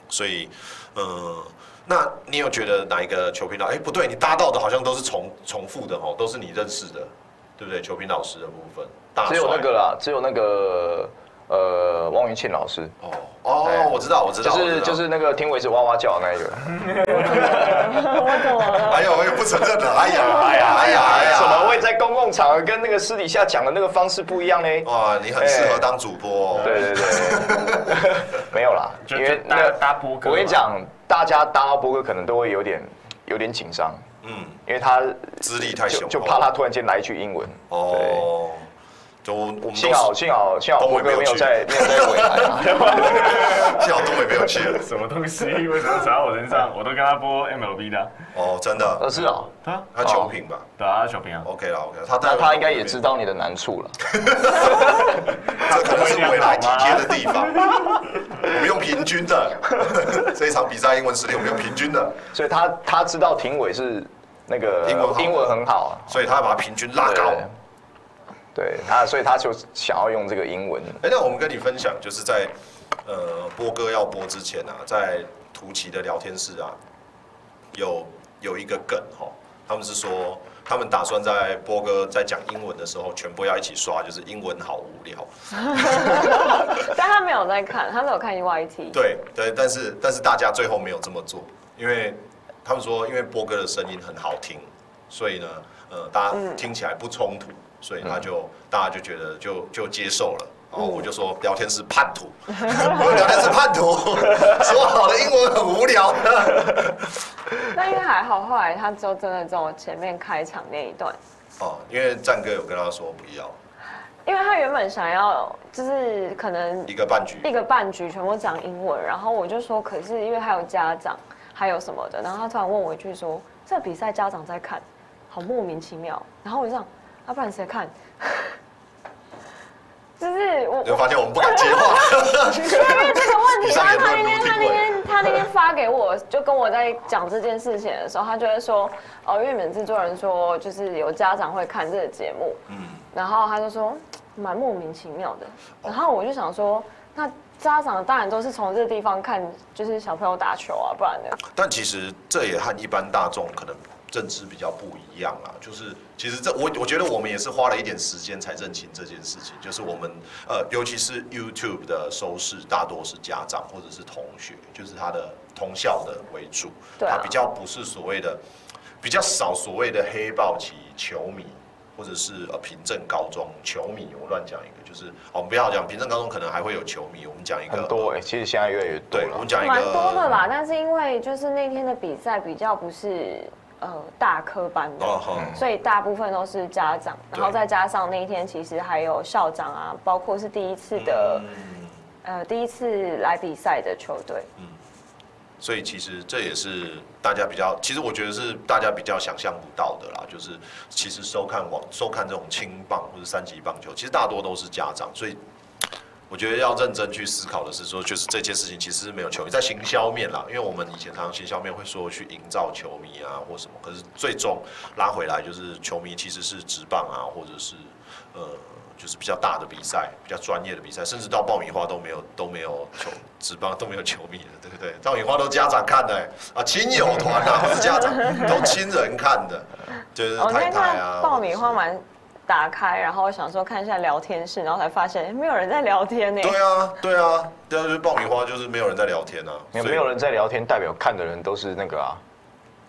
S1: 所以，呃，那你有觉得哪一个球评老？哎、不对，你搭到的好像都是重重复的哦，都是你认识的，对不对？球评老师的部分，大
S4: 只有
S1: 啊
S4: 那
S1: 帅
S4: 个啦，只有那个呃，汪云庆老师，
S1: 哦哦
S4: 哎，
S1: 我知道，我知
S4: 就
S1: 道，我知
S4: 是
S1: 道
S4: 就是那个听我一直哇哇叫的那一个。
S2: 我怎么了？
S1: 哎呦，我也不承认 了，哎呀，哎呀，哎呀，哎呀，
S4: 怎么会在公共场合跟那个私底下讲的那个方式不一样呢？
S1: 哇，你很适合当主播、哦，
S4: 哎对对对， 没有啦，
S3: 就
S4: 因
S3: 就
S4: 为那
S3: 搭
S4: 个
S3: 搭波哥嘛
S4: 我跟你讲，大家搭到波哥可能都会有点有点紧张，
S1: 嗯，
S4: 因为他
S1: 资历太雄
S4: 就
S1: 厚，
S4: 就怕他突然间来一句英文。对，
S1: 哦，就我们都是
S4: 幸好幸好幸好
S1: 东
S4: 波
S1: 伟没
S4: 哥
S1: 有
S4: 没有
S1: 去
S4: 在没有在 未来啊，
S1: 幸好东北没有去了，
S3: 什么东西？为什么砸我身上？我都跟他播 MLB 的啊，
S1: 哦，真的，
S4: 呃是 哦，
S3: 他
S1: 他球评吧、
S3: 打小平啊，
S1: o k 啦，OK，啦他
S4: 那他应该也
S1: 道。
S4: 知道你的难处了。
S1: 这可能是未来体贴的地方。我们用平均的，这一场比赛英文实力我们用平均的，
S4: 所以他他知道庭伟是那个
S1: 英文好
S4: 英文很好啊，
S1: 所以他要把它平均拉
S4: 对
S1: 高。
S4: 对他，所以他就想要用这个英文。
S1: 哎、那我们跟你分享，就是在呃播歌要播之前啊，在图奇的聊天室啊，有有一个梗哈，他们是说他们打算在播歌在讲英文的时候，全部要一起刷，就是英文好无聊。
S2: 但他没有在看，他没有看 E EYT。
S1: 对对，但是但是大家最后没有这么做，因为他们说因为波哥的声音很好听，所以呢，呃，大
S2: 嗯
S1: 家听起来不冲突，所以他就、大家就觉得就就接受了。然
S2: 嗯
S1: 后我就说聊天室叛徒， 我说聊天室叛徒， 说好的英文很无聊
S2: 那因为还好，后来他就真的走前面开场那一段，
S1: 哦，因为战哥有跟他说不要
S2: 因为他原本想要就是可能
S1: 一个半局，
S2: 一个半局全部讲英文，然后我就说，可是因为还有家长，还有什么的，然后他突然问我一句说，这比赛家长在看，好莫名其妙。然后我就想，啊，不然谁看？ 就是我
S1: 你会发现我们不敢接话。
S2: 因为这个问题，
S1: 以上
S2: 然后
S1: 言
S2: 他那
S1: 论
S2: 天
S1: 如听
S2: 他那
S1: 闻
S2: 天他那天发给我，就跟我在讲这件事情的时候，他就会说，哦，因为你们制作人说，就是有家长会看这个节目，嗯，然后他就说嘖蛮莫名其妙的，
S1: 哦
S2: 然后我就想说，那家长当然都是从这个地方看，就是小朋友打球啊，不然呢？
S1: 但其实这也和一般大众可能认知比较不一样啦。就是其实这我我觉得我们也是花了一点时间才认清这件事情。就是我们呃，尤其是 YouTube 的收视大多是家长或者是同学，就是他的同校的为主，
S2: 对啊
S1: 他比较不是所谓的比较少所谓的黑豹级球迷。或者是呃平镇高中球迷，我乱讲一个，就是哦我们不要讲平镇高中，可能还会有球迷。我们讲一个
S4: 很多哎、其实现在越来越多
S1: 对，我
S4: 了
S1: 们。讲一个
S2: 蛮多的啦，但是因为就是那天的比赛比较不是呃大科班的，
S1: 哦
S4: 嗯
S1: 好，
S2: 所以大部分都是家长，
S1: 对
S2: 然后再加上那一天其实还有校长啊，包括是第一次的、
S1: 嗯
S2: 呃第一次来比赛的球队，
S1: 所以其实这也是大家比较，其实我觉得是大家比较想象不到的啦。就是其实收看网收看这种青棒或者三级棒球，其实大多都是家长，所以我觉得要认真去思考的是说，就是这件事情其实是没有球迷在行销面啦，因为我们以前常常行销面会说去营造球迷啊或什么，可是最终拉回来就是球迷其实是职棒啊，或者是呃。就是比较大的比赛，比较专业的比赛，甚至到爆米花都没有都没有球职棒都没有球迷了，对不对？爆米花都家长看的、欸、啊，亲友团啊，不是家长，都亲人看的，就是
S2: 哦
S4: 哦
S2: 我那
S1: 太
S2: 天
S1: 太
S2: 看
S1: 啊，
S2: 爆米花
S1: 或者是
S2: 蛮打开，然后想说看一下聊天室，然后才发现哎诶没有人在聊天呢、
S1: 对啊，对啊，对啊，就是爆米花，就是没有人在聊天啊，
S4: 也
S1: 所以
S4: 没有人在聊天，代表看的人都是那个啊，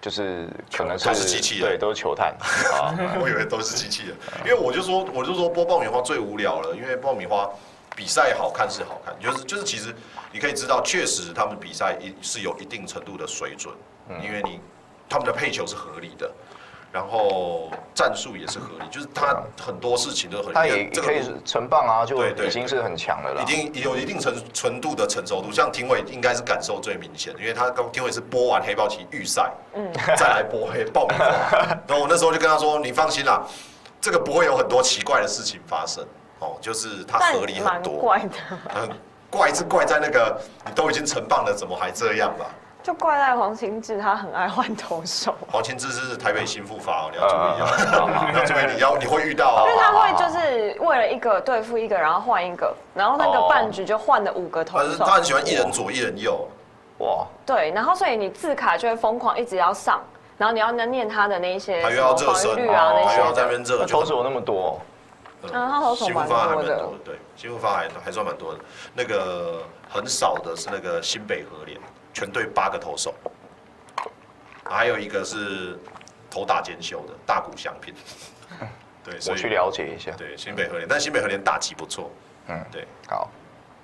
S4: 就是可能
S1: 都是机器人
S4: 对，都是球 探啊。
S1: 我以为都是机器人，因为我就说，我就说播爆米花最无聊了，因为爆米花比赛好看是好看，就是就是其实你可以知道，确实他们比赛一是有一定程度的水准，
S4: 嗯
S1: 因为你他们的配球是合理的。然后战术也是合理，就是他很多事情都合理。
S4: 啊他也
S1: 这
S4: 可
S1: 个
S4: 以成棒啊，就
S1: 对对
S4: 已经是很强了啦
S1: 已。经有一定程程度的成熟度，像廷伟应该是感受最明显的，因为他刚廷伟是播完黑豹旗预赛，嗯，再来播黑爆米花，然后我那时候就跟他说：“你放心啦，这个不会有很多奇怪的事情发生哦，就是它
S2: 但
S1: 合理很
S2: 蛮
S1: 多，
S2: 怪的，
S1: 很怪是怪在那个你都已经成棒了，怎么还这样吧？
S2: 就怪在黄兴志他很爱换 投手，
S1: 黄清志是台北新复发哦，你要注意啊，你要注意，你要你会遇到
S2: 因为
S1: 啊，
S2: 他会就是为了一个对付一个，然后换一个，然后那个半局就换了五个投
S1: 哦他是
S2: 手，
S1: 他很喜欢一人左一人右，
S4: 哇，
S2: 对，然后所以你字卡就会疯狂一直要上，然后你要念他的那些
S1: 他
S2: 什
S1: 又
S2: 么
S1: 要热
S2: 防
S1: 身，
S2: 御率啊
S4: 哦
S2: 那
S1: 他又
S2: 些
S1: 要在那
S2: 的。
S1: 边热，
S4: 那
S1: 就
S4: 投手那么多，哦
S1: 嗯
S2: 啊他投手
S1: 新复
S2: 蛮
S1: 发还
S2: 多
S1: 蛮
S2: 的
S1: 多的，对，新复发还还算蛮多的。那个很少的是那个新北和联，全队八个投手，啊还有一个是头打兼修的大谷翔 平。对，所
S4: 我
S1: 以
S4: 去了解一下。
S1: 对新北和联，但新北和联打击不错，
S4: 嗯，
S1: 对，
S4: 好，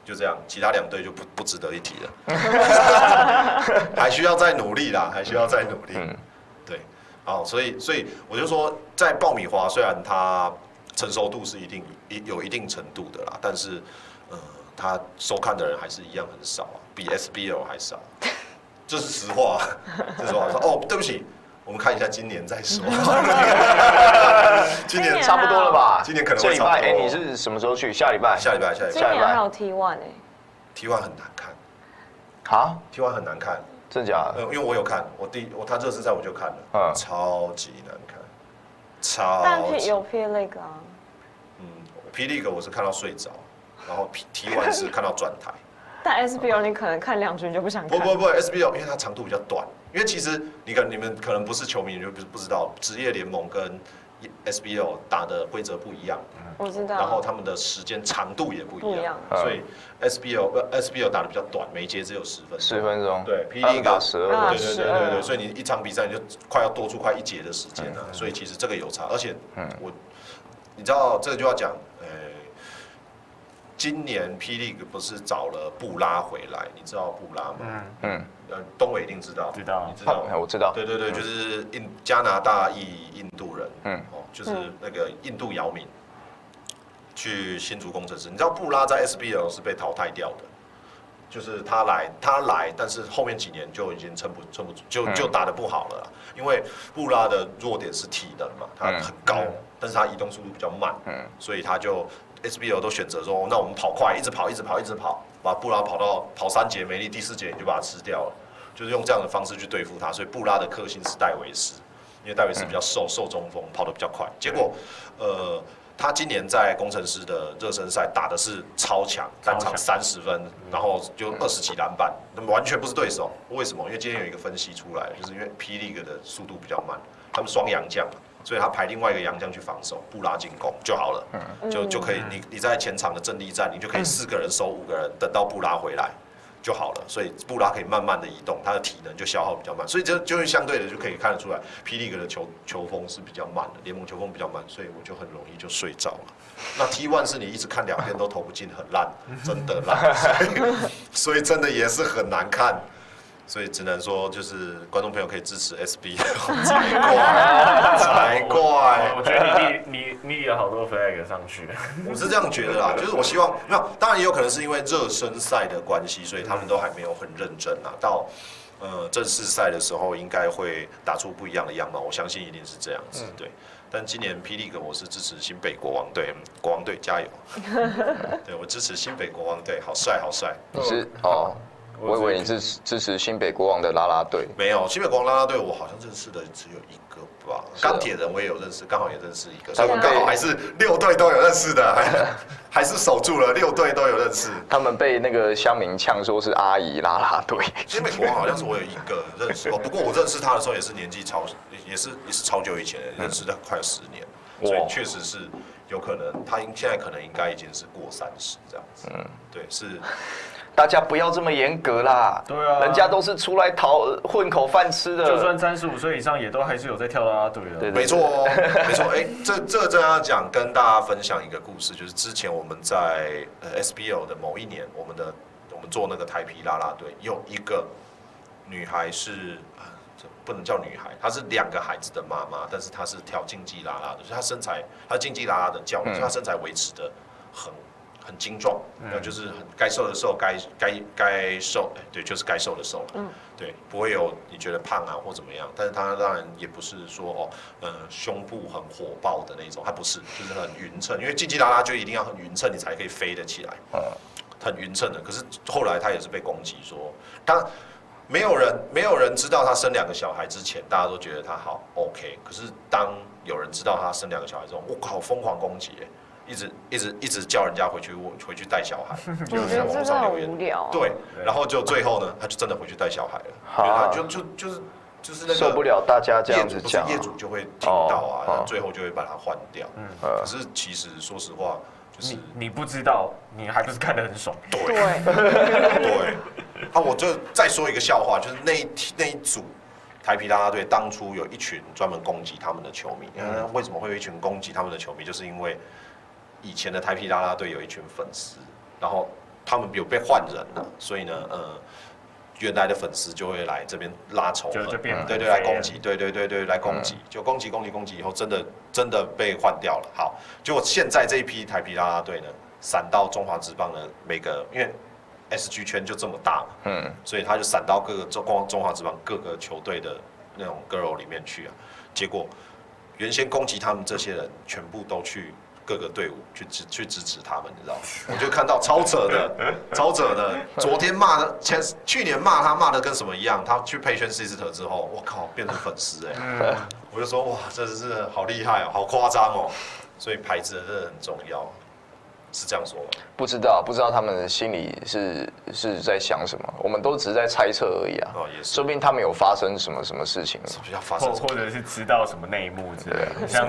S1: 就这样，其他两队就不不值得一提了，还需要再努力啦，还需要再努力。
S4: 嗯
S1: 对，哦，所以所以我就说，在爆米花虽然它成熟度是一定一有一定程度的啦，但是呃，它收看的人还是一样很少啊，比 SBL 还少，这是实话，这是实话。说哦，对不起，我们看一下今年再说，今年
S2: 今年
S4: 差不多了吧？
S1: 今年可能
S4: 这
S1: 会
S4: 礼拜
S1: 差不
S4: 哎，
S1: 多
S4: 你是什么时候去？下礼拜？
S1: 下礼拜下礼
S2: 今
S1: 拜
S4: 下一
S2: 年
S4: 拜
S2: 还有 T one 哎，
S1: T one 很难看
S4: 啊？
S1: ，T one 很难看。
S4: 真假
S1: 呃，
S4: 的？
S1: 因为我有看，我第我他热身赛我就看了，
S4: 嗯
S1: 超级难看，
S2: 但
S1: 超
S2: 是
S1: 级
S2: 有 P League 啊，
S1: 嗯，霹雳哥我是看到睡着，然后提提完是看到转 台。
S2: 但 SBO 你可能看两局你就不想
S1: 哦不
S2: 看。
S1: 不不，SBL 因为它长度比较短，因为其实你可能你们可能不是球迷，你就不不知道职业联盟跟 SBL 打的规则不一样，
S2: 我知道。
S1: 然后他们的时间长度也不
S2: 啊不
S1: 一
S2: 一
S1: 样
S2: 样，啊
S1: 所以 SBL 呃 SBL 打的比较短，每一节只有十分
S4: 十
S1: 钟。
S4: 分钟，
S1: 对霹雳
S4: 他们打
S1: 跟
S4: 十
S2: 啊
S4: 二
S1: 对对对
S2: 12
S1: 对对，所以你一场比赛你就快要多出快一节的时间了，所以其实这个有差，而且我，你知道这个就要讲，呃，今年霹雳不是找了布拉回来，你知道布拉吗？
S3: 嗯，
S4: 嗯，
S1: 呃，东伟一定知道，
S3: 知道
S1: 你知道吗？
S4: 我知道，
S1: 对对对，就是印加拿大裔印度人，
S4: 嗯
S1: 哦，就是那个印度姚明去新竹工程师，你知道布拉在 SBL 是被淘汰掉的，就是他来他来，但是后面几年就已经撑不撑不住，就
S4: 嗯
S1: 就打得不好了啦，因为布拉的弱点是体能嘛，他
S4: 嗯
S1: 很高
S3: 嗯，
S1: 但是他移动速度比较慢，
S4: 嗯
S1: 所以他就 SBL 都选择说，那我们跑快，一直跑，一直跑，一直跑，把布拉跑到跑三节没力，第四节你就把它吃掉了，就是用这样的方式去对付他。所以布拉的克星是戴维斯，因为戴维
S3: 嗯
S1: 斯比较瘦，瘦中锋，跑得比较快。结果，呃，他今年在工程师的热身赛打的是超强，单场
S3: 超强嗯
S1: 三十分，然后就二十几篮板，那么完全不是对手。为什么？因为今天有一个分析出来，就是因为霹雳的速度比较慢，他们双洋将嘛，所以他排另外一个洋将去防守，布拉进攻就好了，
S3: 嗯
S1: 就就可以。你你在前场的阵地战，你就可以四个人收五个人，等到布拉回来。就好了，所以布拉可以慢慢的移动，他的体能就消耗比较慢，所以这就是相对的就可以看得出来，霹雳哥的球球风是比较慢的，联盟球风比较慢，所以我就很容易就睡着了。那 T one 是你一直看两边都投不进，很烂，真的烂，所以所以真的也是很难看，所以只能说就是观众朋友可以支持 SB，才怪才怪
S3: 我，觉得你立你你立了好多 flag 上去，
S1: 我是这样觉得啦，就是我希望那当然也有可能是因为热身赛的关系，所以他们都还没有很认真啊，到。呃，正式赛的时候应该会打出不一样的样貌，我相信一定是这样
S4: 嗯
S1: 子，对。但今年霹雳哥我是支持新北国王队，嗯国王队 加油！对我支持新北国王队，好帅好帅！
S4: 你是哦，我以为你
S3: 是
S4: 支持支持新北国王的啦啦队，
S1: 没有新北国王啦啦队，我好像认识的只有一个吧。
S4: 是啊
S1: 钢铁人我也有认识，刚好也认识一个，所
S4: 他
S1: 以我
S4: 们
S1: 们刚好
S4: 被
S1: 还是六队都有认识的， 还还是守住了六队都有认识。
S4: 他们被那个乡民呛说是阿姨啦啦队，
S1: 新美国王好像是我有一个认识哦，不过我认识他的时候也是年纪超，也是也是超久以前的，认识他快有十年，
S4: 哇
S1: 所以确实是有可能，他应现在可能应该已经是过三十这样子。嗯，对，是
S4: 大家不要这么严格啦，
S3: 对啊
S4: 人家都是出来讨混口饭吃的，
S3: 就算三十五岁以上，也都还是有在跳啦啦队的。
S4: 对对
S1: 没错哦，没错。哎，这这个真的要讲，跟大家分享一个故事，就是之前我们在呃 SBL 的某一年，我们的我们做那个台皮啦啦队，有一个女孩是。啊这不能叫女孩，她是两个孩子的妈妈，但是她是跳竞技啦啦的，所以她身材，她竞技啦啦的教
S4: 嗯
S1: 练，所以她身材维持的很很精壮，那、就是很该瘦的瘦，该该该瘦，哎对，就是该瘦的瘦了，对，不会有你觉得胖啊或怎么样，但是她当然也不是说哦，呃，胸部很火爆的那种，她不是，就是很匀称，因为竞技啦啦就一定要很匀称，你才可以飞得起来，很匀称的。可是后来她也是被攻击说，她没有人没有人知道她生两个小孩之前，大家都觉得她好 OK，可是当有人知道她生两个小孩之后，我靠，疯狂攻击耶、一直一直一直叫人家回去问回去带小 孩，就
S2: 我
S1: 有
S2: 觉
S1: 人在网
S2: 得这
S1: 络
S2: 个
S1: 上
S2: 很
S1: 留言
S2: 无，聊。，啊
S4: 哦
S1: 对，
S3: 对
S1: 然后就最后呢，他就真的回去带小孩了，
S4: 哈
S1: 因为他就就就是就是那个
S4: 受不了大家这
S1: 业
S4: 样
S1: 主
S4: 子
S1: 不是
S4: 讲啊，
S1: 业主就会听到啊
S4: 哦，
S1: 然后
S4: 哦
S1: 最后就会把它换掉。
S4: 呃
S1: 可是其实说实话，就是
S3: 你你不知道，你还不是看得很爽？
S1: 对
S2: 对，
S1: 对。 啊，我就再说一个笑话，就是那一那一组台皮啦啦队当初有一群专门攻击他们的球迷，嗯、为什么会有一群攻击他们的球迷？就是因为以前的台皮啦啦队有一群粉丝，然后他们有被换人了，所以呢，呃。原来的粉丝就会来这边拉仇恨
S3: 就就变，
S1: 对对，
S3: 黑
S1: 来
S3: 了
S1: 攻击，对对对对，来攻击，就攻击攻击攻击以后，真的真的被换掉了。好，结果现在这一批台皮啦啦队呢，散到中华职棒的每个，因为 SG 圈就这么大嘛，
S4: 嗯，
S1: 所以他就散到各个中光中华职棒各个球队的那种 girl 里面去啊。结果原先攻击他们这些人，全部都去各个队伍去支去支持他们，你知道吗？我就看到超扯的，超扯的。昨天骂的前去年骂他骂的跟什么一样，他去 Patient Sister 之后，我靠，变成粉丝哎、我就说哇，这是好厉害哦，好夸张哦。所以牌子真的很重要。是这样说吗？
S4: 不知道，不知道他们的心里是是在想什么，我们都只是在猜测而已啊。
S1: 哦也是
S4: 说不定他们有发生什么什么事情。
S1: 比较发
S3: 或
S1: 生什么
S3: 或者是知道什么内幕之类的，像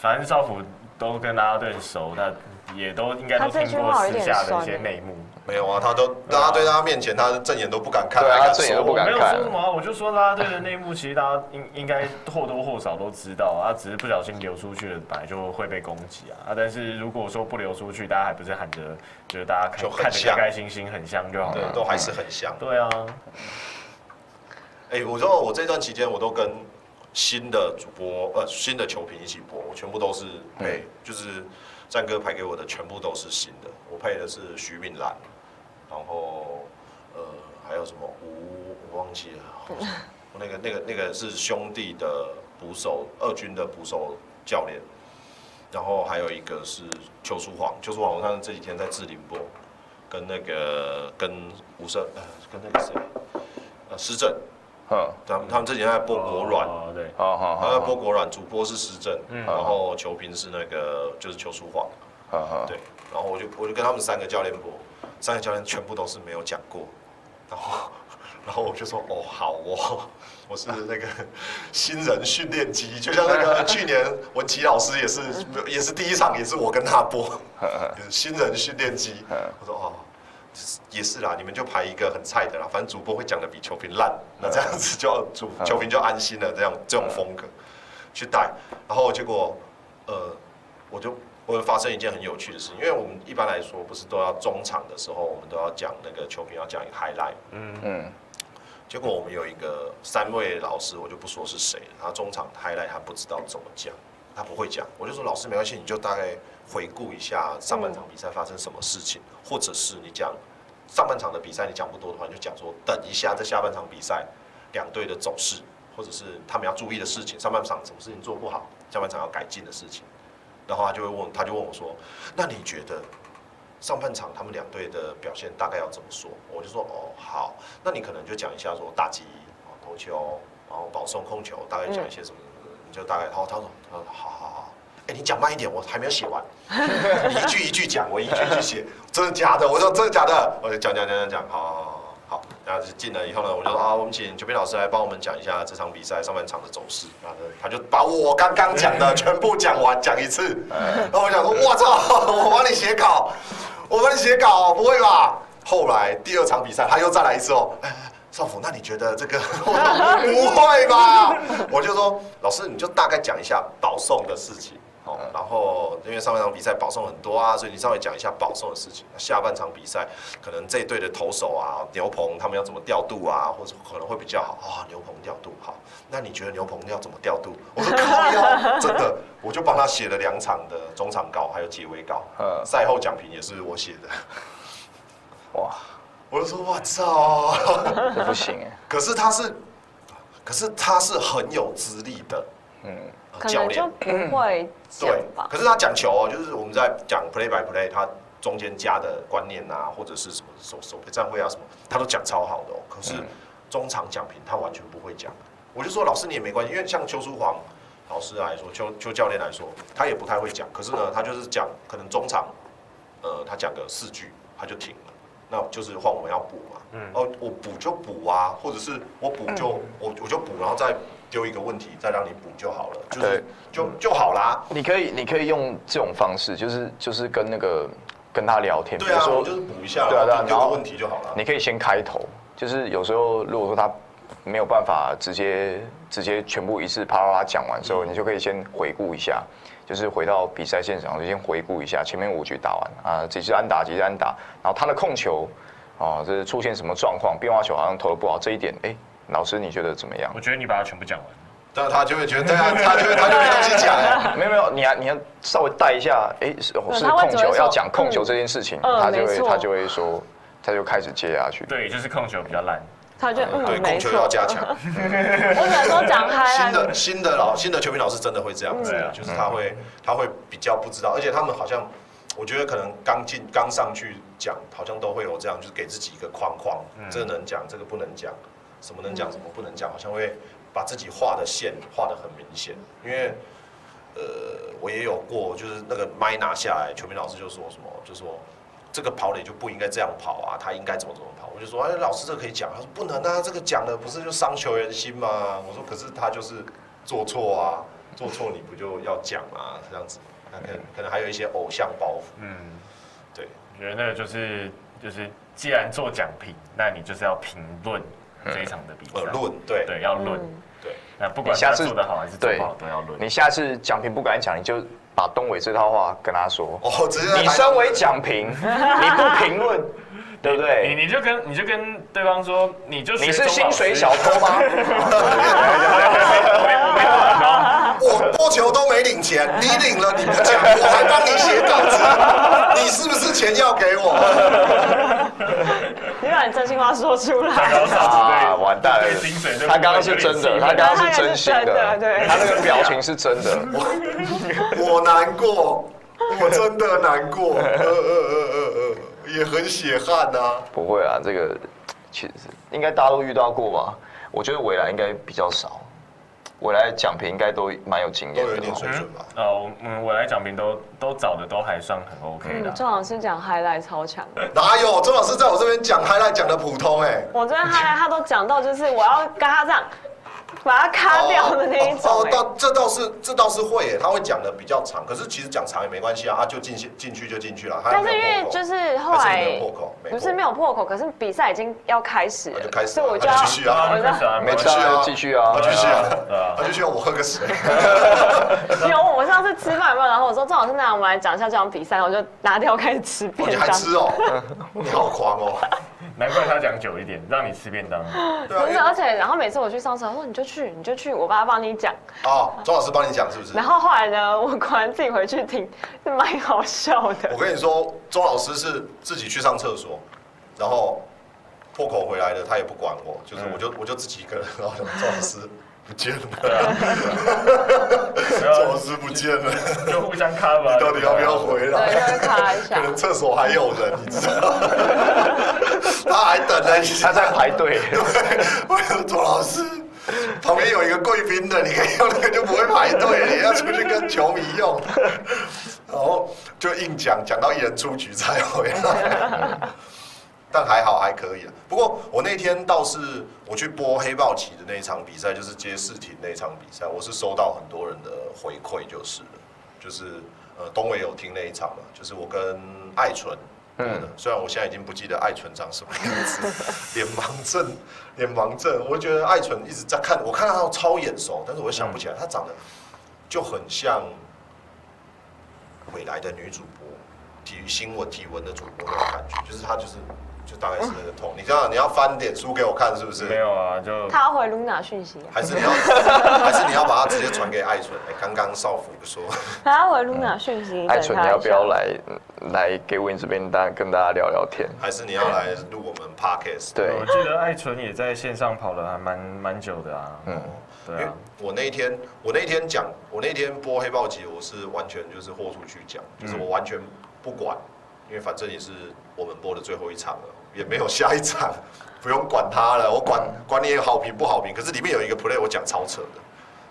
S3: 反正少辅都跟拉拉队很熟，那也都应该都
S2: 他这
S3: 听
S2: 句
S3: 过
S2: 话有
S3: 私
S2: 点
S3: 下的一
S2: 酸
S3: 些
S2: 欸
S3: 内幕。
S1: 没有啊，他都大家对他面前，他正眼都不敢看，
S4: 对啊
S1: 还敢
S4: 正眼
S1: 说
S4: 都不敢
S3: 没有
S4: 看
S3: 说什么啊，我就说啦，队的内幕，其实大家应应该或多或少都知道啊，只是不小心流出去了，本来就会被攻击啊。啊，但是如果说不流出去，大家还不是喊着，就是大家看
S1: 就很
S3: 看着
S1: 像
S3: 开开心心，很香就好
S1: 对，
S3: 了。
S1: 都还是很像。
S3: 对啊，
S1: 哎、我知道我这段期间我都跟新的主播呃新的球评一起播，我全部都是配，就是战哥排给我的全部都是新的，我配的是徐敏兰，然后呃还有什么吴我忘记了，好像 那个那个那个是兄弟的捕手，二军的捕手教练。然后还有一个是邱淑煌，邱淑煌，我看这几天在志林播，跟那个跟吴胜，呃，跟那个谁，呃，施政，
S4: 嗯，
S1: 他们他们这几天在播国软，
S3: 哦，对，
S4: 好好
S1: 他在
S4: 好
S1: 播国软，主播是施政，
S3: 嗯
S1: 然后球评是那个就是邱淑华，
S4: 好好，
S1: 对，然后我就我就跟他们三个教练播，三个教练全部都是没有讲过，然后 然后我就说哦好哦，我是那个新人训练机，就像那个去年文琪老师也是也是第一场也是我跟他播，也是新人训练机，我说哦。也是啦，你们就排一个很菜的啦，反正主播会讲的比球评烂，那这样子就主球评就安心了，这样这种风格去带，然后结果呃，我就我会发生一件很有趣的事情，因为我们一般来说不是都要中场的时候，我们都要讲那个球评要讲一个 highlight，
S4: 嗯
S1: 结果我们有一个三位老师，我就不说是谁了，他中场 highlight 他不知道怎么讲，他不会讲，我就说老师没关系，你就大概回顾一下上半场比赛发生什么事情，或者是你讲上半场的比赛你讲不多的话，你就讲说等一下在下半场比赛两队的走势，或者是他们要注意的事情，上半场什么事情做不好，下半场要改进的事情，然后他就会问，他就问我说，那你觉得上半场他们两队的表现大概要怎么说？我就说哦好，那你可能就讲一下说打击、哦投球，然后保送控球，大概讲一些什么，你就大概。然后他说他说好好好，哎、你讲慢一点，我还没有写完，你一句一句讲，我一句一句写，真的假的？我说真的假的？我就讲讲讲讲讲，好好好好。好，然后就进来以后呢，我就说啊，我们请九斌老师来帮我们讲一下这场比赛上半场的走势。然后他就把我刚刚讲的全部讲完，讲一次。然后我想说，我操，我帮你写稿，我帮你写稿，不会吧？后来第二场比赛他又再来一次哦。哎少辅，那你觉得这个 我说不会吧？我就说老师，你就大概讲一下保送的事情哦。然后因为上半场比赛保送很多啊，所以你稍微讲一下保送的事情。下半场比赛可能这一队的投手啊，牛棚他们要怎么调度啊，或者可能会比较好啊、牛棚调度好，那你觉得牛棚要怎么调度？我说靠呀，真的，我就帮他写了两场的中场稿，还有结尾稿
S4: 嗯，
S1: 赛后讲评也是我写的。
S4: 哇，
S1: 我就说我操！
S4: 这不行 哎，
S1: 可是他是，可是他是很有资历的
S4: 嗯
S1: 呃
S2: 可
S1: 教
S2: 能就
S1: 练，
S2: 不会讲
S1: 对。
S2: 吧
S1: 可。是他讲球哦，就是我们在讲 play by play，他中间加的观念啊，或者是什么手手背站位啊什么，他都讲超好的哦。可是中场讲评他完全不会讲。我就说老师你也没关系，因为像邱淑煌老师来说，邱邱教练来说，他也不太会讲。可是呢，他就是讲可能中场，呃，他讲个四句他就停了。那就是换我们要补嘛，
S3: 嗯
S1: 哦，我补就补啊，或者是我补就、我我就补，然后再丢一个问题，再让你补就好了，就是
S4: 对
S1: 就就好啦。
S4: 你可以你可以用这种方式，就是就是跟那个跟他聊天，
S1: 对啊，我就是补一下，
S4: 对啊对
S1: 然
S4: 啊
S1: 后丢个
S4: 然后
S1: 问题就好了。
S4: 你可以先开头，就是有时候如果说他没有办法直接直接全部一次啪啪啪讲完之后，你就可以先回顾一下，就是回到比赛现场就先回顾一下前面五局打完啊，几支安打几支安打，然后他的控球哦，这是出现什么状况，变化球好像投的不好，这一点哎，老师你觉得怎么 样
S3: 我？觉得你把它全部讲完。
S1: 但他就会觉得，对啊，他就会他就没东西讲了。
S4: 没有没有，你要你要稍微带一下，哎、是哦
S2: 对
S4: 是
S2: 他会
S4: 控
S2: 只会
S4: 球，
S2: 说
S4: 要讲控球
S2: 嗯
S4: 这件事情，
S2: 嗯
S4: 他就
S2: 没
S4: 会
S2: 错
S4: 他就会说，他就开始接下去。
S3: 对，就是控球比较烂。
S2: 他就
S1: 对，
S2: 嗯，
S1: 控
S2: 没
S1: 球
S2: 错，
S1: 要加 强。
S2: 我只能说讲
S1: 新
S2: 嗨了
S1: 的。新的老新的球评老师真的会这样子
S3: 对啊，
S1: 就是他会他会比较不知道，而且他们好像，我觉得可能刚进刚上去讲，好像都会有这样，就是给自己一个框框，
S3: 嗯
S1: 这个能讲，这个不能讲，什么能讲，什么不能讲，好像会把自己画的线画的很明显，因为呃，我也有过，就是那个麦拿下来，球迷老师就说什么，就说这个跑垒就不应该这样跑啊，他应该怎么怎么跑。我就说，哎，老师这个可以讲。他说不能啊，这个讲了不是就伤球员心吗？我说可是他就是做错啊，做错你不就要讲啊，这样子。那可能可能还有一些偶像包袱，
S3: 嗯，
S1: 对，
S3: 我觉得那个就是就是，既然做奖评，那你就是要评论这一场的比赛
S1: 呃，，论对
S3: 对，要论。
S2: 嗯
S1: 对，
S3: 那不管
S4: 你下
S3: 他
S4: 次
S3: 做的好还是做不好，都
S4: 对
S3: 要论。
S4: 你下次讲评不敢讲，你就把东伟这套话跟他说。
S1: 哦，直接在
S4: 你
S1: 台
S4: 身为 讲评，你不评论，对不对？
S3: 哎你你就跟你就跟对方说，你就
S4: 你
S3: 学
S4: 是
S3: 钟
S4: 薪
S3: 老
S4: 水
S3: 师
S4: 小偷吗？
S1: 我播球都没领钱，你领了你不讲，我还帮你写稿子，你是不是钱要给我？
S2: 你把你真心话说出
S3: 大
S2: 来，
S3: 高嫂子对
S4: 啊完蛋
S3: 对薪水就
S4: 了！他刚刚是真的，他刚刚是真心
S2: 他刚刚是真的
S4: 的，
S2: 对
S4: 他那个表情是真的。
S1: 我难过，我真的难过，呃呃呃呃呃，也很血汗呐、啊。
S4: 不会啊，这个其实应该大家都遇到过吧？我觉得未来应该比较少，未来讲评应该都蛮有经验
S1: 都有
S4: 的哦
S1: 点
S4: 吧。
S1: 水准吧
S3: 嗯哦，嗯，我来讲评都都找的都还算很 OK
S2: 嗯，
S3: 的。
S2: 周老师讲 highlight 超强的。
S1: 哪有？周老师在我这边讲 highlight 讲的普通哎、
S2: 我昨天 highlight 他都讲到，就是我要跟他这样把他卡掉的那一种、
S1: 哦，
S2: 欸。
S1: 倒这倒是这倒是会、欸，他会讲的比较长，可是其实讲长也没关系啊，他就进去进去就进去了。他也
S2: 但
S1: 没
S2: 是
S1: 有
S2: 因为
S1: 破口
S2: 就是后来
S1: 还是没有破口没
S2: 不
S1: 破
S2: 是
S1: 口
S2: 没有破口，可是比赛已经要开始
S1: 那
S2: 了，
S1: 就开始
S2: 所以
S1: 了，
S2: 我就
S1: 那
S2: 要
S1: 就继续啊，
S3: 没 事啊，没
S4: 没
S3: 事
S4: 事
S3: 啊。
S4: 啊，继续啊
S1: 那，就继续
S3: 对
S1: 啊
S3: 啊，
S1: 那就需要我喝个 水。
S2: 有我上次吃饭有没有？然后我说郑老师，那我们来讲一下这场比赛，我就拿掉开始吃
S1: 哦，你
S2: 便
S1: 还
S2: 当。
S1: 吃哦？你好狂 哦！
S3: 难怪他讲久一点，让你吃便当。
S1: 对啊
S2: 不
S1: 因
S2: 是，
S1: 为
S2: 而，且然后每次我去上厕所，他说你就去，你就去，我爸帮你讲。
S1: 哦，周老师帮你讲是不是？
S2: 然后后来呢，我果然自己回去听，是蛮好笑的
S1: 我。跟你说，周老师是自己去上厕所，然后破口回来的，他也不管我，就是我就我就自己一个人，然后 周老师不见
S3: 嗯对
S1: 了，
S3: 啊，然
S1: 周老
S3: 后
S1: 师不见了，
S3: 啊就互相 cover 啊。
S1: 到底要不要回
S2: 对，啊
S1: 来？
S2: 就是卡一
S1: 可
S2: 下。
S1: 能厕所还有人，你知道吗？他还等了一
S4: 他
S1: 下，
S4: 在排队。
S1: 为什么周老师旁边有一个贵宾的，你可以用那个就不会排队，你要出去跟球迷用，然后就硬讲，讲到一人出局才回来。但还好还可以了。不过我那天倒是我去播黑豹旗的那一场比赛，就是接世廷那一场比赛，我是收到很多人的回馈，就是了，就是呃东伟有听那一场嘛，就是我跟艾纯。嗯，虽然我现在已经不记得艾纯长什么样子，脸盲症，脸盲症，我觉得艾纯一直在看，我看到他超眼熟，但是我想不起来，他长得就很像未来的女主播，体育新闻体文的主播那种感觉，就是她就是就大概是那个痛。你这样你要翻点书给我看是不是？
S3: 嗯没，有啊，就
S2: 他要回 Luna 讯息，啊
S1: 还是你要 还是你要把它直接传给艾纯？哎，刚刚少妇说，
S2: 他要回 Luna 讯息。
S4: 艾
S2: 等
S4: 纯，
S2: 他
S4: 你
S2: 一
S4: 要不
S2: 下
S4: 要来嗯来给我你这边大跟大家聊聊天？
S1: 还是你要来录我们 podcast？
S4: 对，
S3: 我记得艾纯也在线上跑了还蛮蛮久的啊。嗯，对啊，
S1: 我那一天，我那一天讲，我那一天播黑豹集，我是完全就是豁出去讲，
S3: 嗯
S1: 就是我完全不管，因为反正也是我们播的最后一场了，也没有下一场， 不用管它了。我管
S3: 嗯
S1: 管你好评不好评，可是里面有一个 play 我讲超扯的，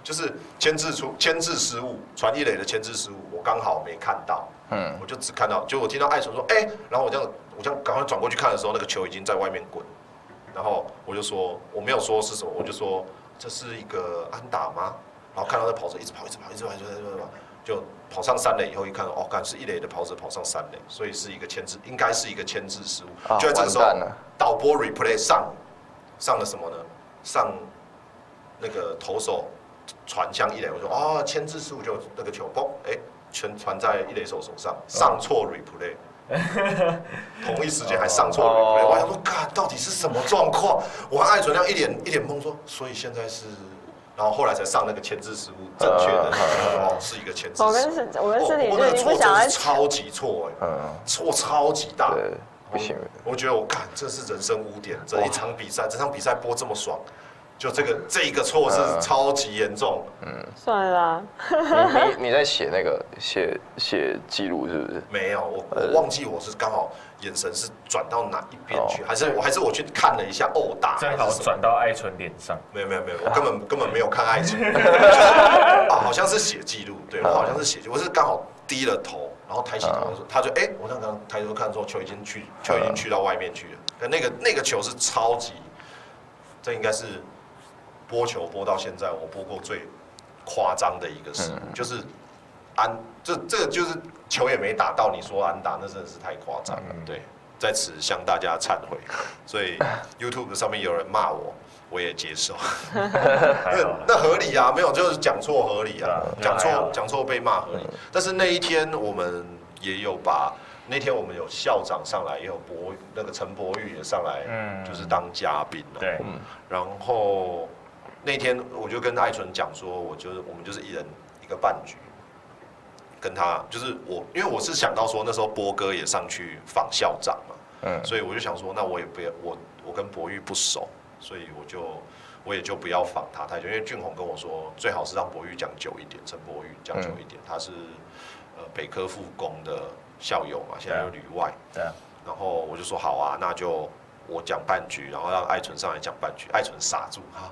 S1: 就是牵制出牵制失误，传一垒的牵制失误，我刚好没看到，嗯，我就只看到，就我听到艾纯说，哎、然后我这样我这样赶快转过去看的时候，那个球已经在外面滚。然后我就说我没有说是什么，我就说这是一个安打吗？然后看到他跑者一直跑，一直跑，一直跑，一直跑，一直跑一直跑，就跑上三垒以后一看，哦，看是一垒的跑者跑上三垒，所以是一个牵制，应该是一个牵制失误。
S4: 啊
S1: 就在这个时候
S4: 完蛋了，
S1: 导播 replay 上上了什么呢？上那个投手传向一垒，我说哦，牵制失误就那个球嘣，哎，全传在一垒手手
S4: 嗯
S1: 上，上错 replay。同一时间还上错 replay，、
S4: 哦
S1: 我还想说，看到底是什么状况？我和艾纯亮一脸一脸懵，说，所以现在是，然后后来才上那个前置失
S4: 嗯
S1: 误，正确的，哦，是一个前置失误。
S2: 我跟是我跟是你
S1: 哦我那个错
S2: 最近不想
S1: 真
S2: 再
S1: 是超级错哎、
S4: 嗯，
S1: 错超级大。
S4: 对，不行，
S1: 我觉得我看这是人生污点，这一场比赛，这场比赛播这么爽，就这个这一个
S4: 嗯
S1: 错是超级严重。
S2: 算了啦。
S3: 哦
S4: 你你你在写那个写写记录是不是？
S1: 没有，我
S4: 嗯
S1: 我忘记我是刚好眼神是转到哪一边去，
S4: 哦
S1: 还是我还是我去看了一下殴打，
S3: 正
S1: 还
S3: 好
S1: 是什么
S3: 转到艾纯脸上。
S1: 没有没有没有，我根本根本没有看爱情啊！好像是写记录，对
S4: 啊
S1: 我好像是写记录，我是刚好低了头，然后抬起头的时候，他就哎、我刚刚抬头看说球已经去，
S4: 啊
S1: 球已经去到外面去了，但那个那个球是超级，这应该是播球播到现在我播过最夸张的一个事，
S4: 嗯
S1: 就是安这这个就是球也没打到，你说安打那真的是太夸张了，
S4: 嗯
S1: 对，在此向大家忏悔，所以 YouTube 上面有人骂我，我也接受。
S3: 还好
S1: 那
S3: 啦
S1: 那合理啊，没有就是讲错合理啊
S3: 对啊，
S1: 讲
S3: 那还好
S1: 错讲错被骂合理。但是那一天我们也有把那天我们有校长上来，也有博那个陈博玉也上来，
S3: 嗯
S1: 就是当嘉宾了。
S3: 对，
S4: 嗯
S1: 然后那天我就跟艾纯讲说，我就是我们就是一人一个半局，跟他就是我，因为我是想到说那时候波哥也上去访校长嘛，
S4: 嗯，
S1: 所以我就想说，那我也不要我我跟博玉不熟，所以我就我也就不要仿他太久，因为俊宏跟我说，最好是让博玉讲久一点，陈博玉讲久一
S3: 嗯
S1: 点，他是呃北科附工的校友嘛，现在又旅外，
S3: 对啊，
S1: 然后我就说好啊，那就我讲半局，然后让艾纯上来讲半局，艾纯傻住 哈，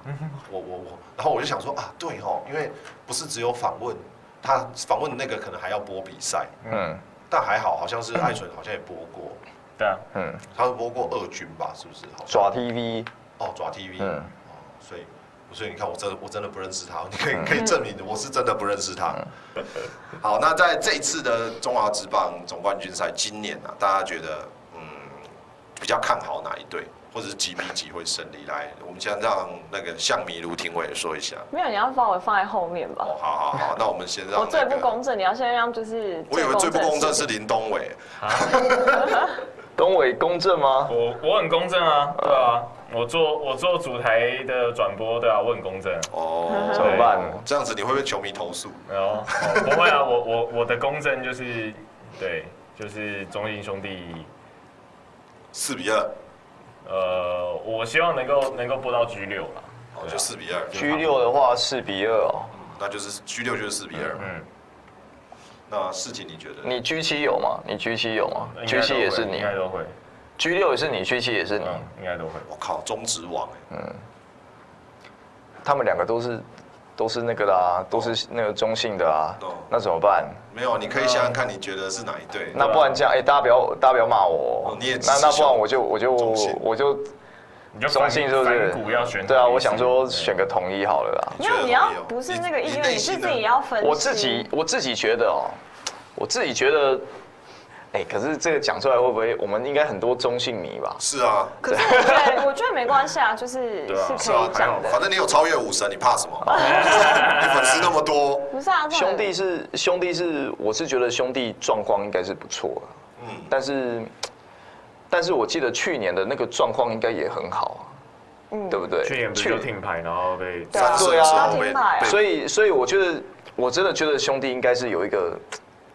S1: 我我我，然后我就想说啊，对哦，因为不是只有访问，他访问那个可能还要播比赛，
S4: 嗯
S1: 但还好，好像是艾纯好像也播过。
S3: 对啊，
S4: 嗯，
S1: 他是播过二军吧？是不是？好像
S4: 抓 TV，
S1: 哦，爪 TV，、
S4: 嗯
S1: 哦，所以所以你看，我真的我真的不认识他， 你可
S4: 嗯
S1: 以可以证明我是真的不认识他。 好，那在这一次的中华职棒总冠军赛，今年啊，大家觉得嗯比较看好哪一队，或者是几比几会胜利？来，我们先让那个象迷卢廷伟说一下。
S2: 没有，你要把我放在后面吧
S1: 哦。，好好好，那我们先让、那
S2: 我
S1: 个、
S2: 哦最不公正，你要先让就是
S1: 我以为最不公正
S2: 事
S1: 是林东伟，
S4: 东伟公正吗？
S3: 我我很公正啊，对啊，我做我做主台的转播，对啊，我很公正。
S2: 嗯
S1: 哦，
S4: 怎么办？
S1: 这样子你会被球迷投诉？
S3: 然后哦不会啊，我我我的公正就是对，就是中信兄弟，
S1: 四比二，哦
S3: 呃，我希望能够能够播到 G 六了。
S1: 哦，
S3: 对啊
S1: 就四比二，
S4: G 六的话四比二哦，
S1: 那就是 G 六就是四比二、
S3: 嗯，
S1: 那事情你觉得？
S4: 你 G 七有吗？你 G 七有吗
S3: 应该
S4: ？G
S3: 都
S4: 七也
S3: 会
S4: 是你
S3: 应该都会，
S4: ，G 六也是你，G 七也是你，
S3: 嗯，应该都会。
S1: 我靠，中职王
S4: 嗯
S1: 哎、
S4: 他们两个都是都是那个啦，都是那个中性的啊
S1: 哦，
S4: 那怎么办？
S1: 没有，啊你可以想想
S2: 嗯
S1: 看，你觉得是哪一
S3: 啊
S1: 队？
S4: 那不然这样，哎，大家不要大家不要骂我哦
S1: 哦，你也支持
S4: 那那不然我就我就
S1: 中性
S4: 我就
S3: 你就
S4: 中
S3: 反
S4: 性是不是
S3: 反骨要选哪一支？
S4: 对啊，我想说
S3: 对
S4: 选个统一好了啦。
S2: 没有，你要不是那个
S1: 你
S2: 意
S1: 你
S2: 愿，
S1: 内
S2: 你是
S1: 心
S2: 自
S1: 的
S2: 己要分析。
S4: 我自己我自己觉得哦，我自己觉得，哎，可是这个讲出来会不会，我们应该很多中性迷吧？
S1: 是啊，
S2: 可是我觉得，我觉得没关系 啊，就是
S3: 对啊
S2: 是
S1: 是
S2: 可
S1: 啊
S2: 以，讲的。
S1: 反正你有超越武神，你怕 什么？你粉丝那么多，
S2: 不是啊，这种
S4: 兄弟是兄弟是，我是觉得兄弟状况应该是不错了，
S1: 嗯，
S4: 但是，但是我记得去年的那个状况应该也很好啊，
S2: 嗯
S4: 对不对？
S3: 去年不是就停牌，然后被
S2: 对啊
S1: 三
S4: 对
S1: 胜之
S4: 啊
S1: 后
S2: 停
S1: 被
S2: 牌啊
S1: 被
S4: 所以所以我觉得我真的觉得兄弟应该是有一个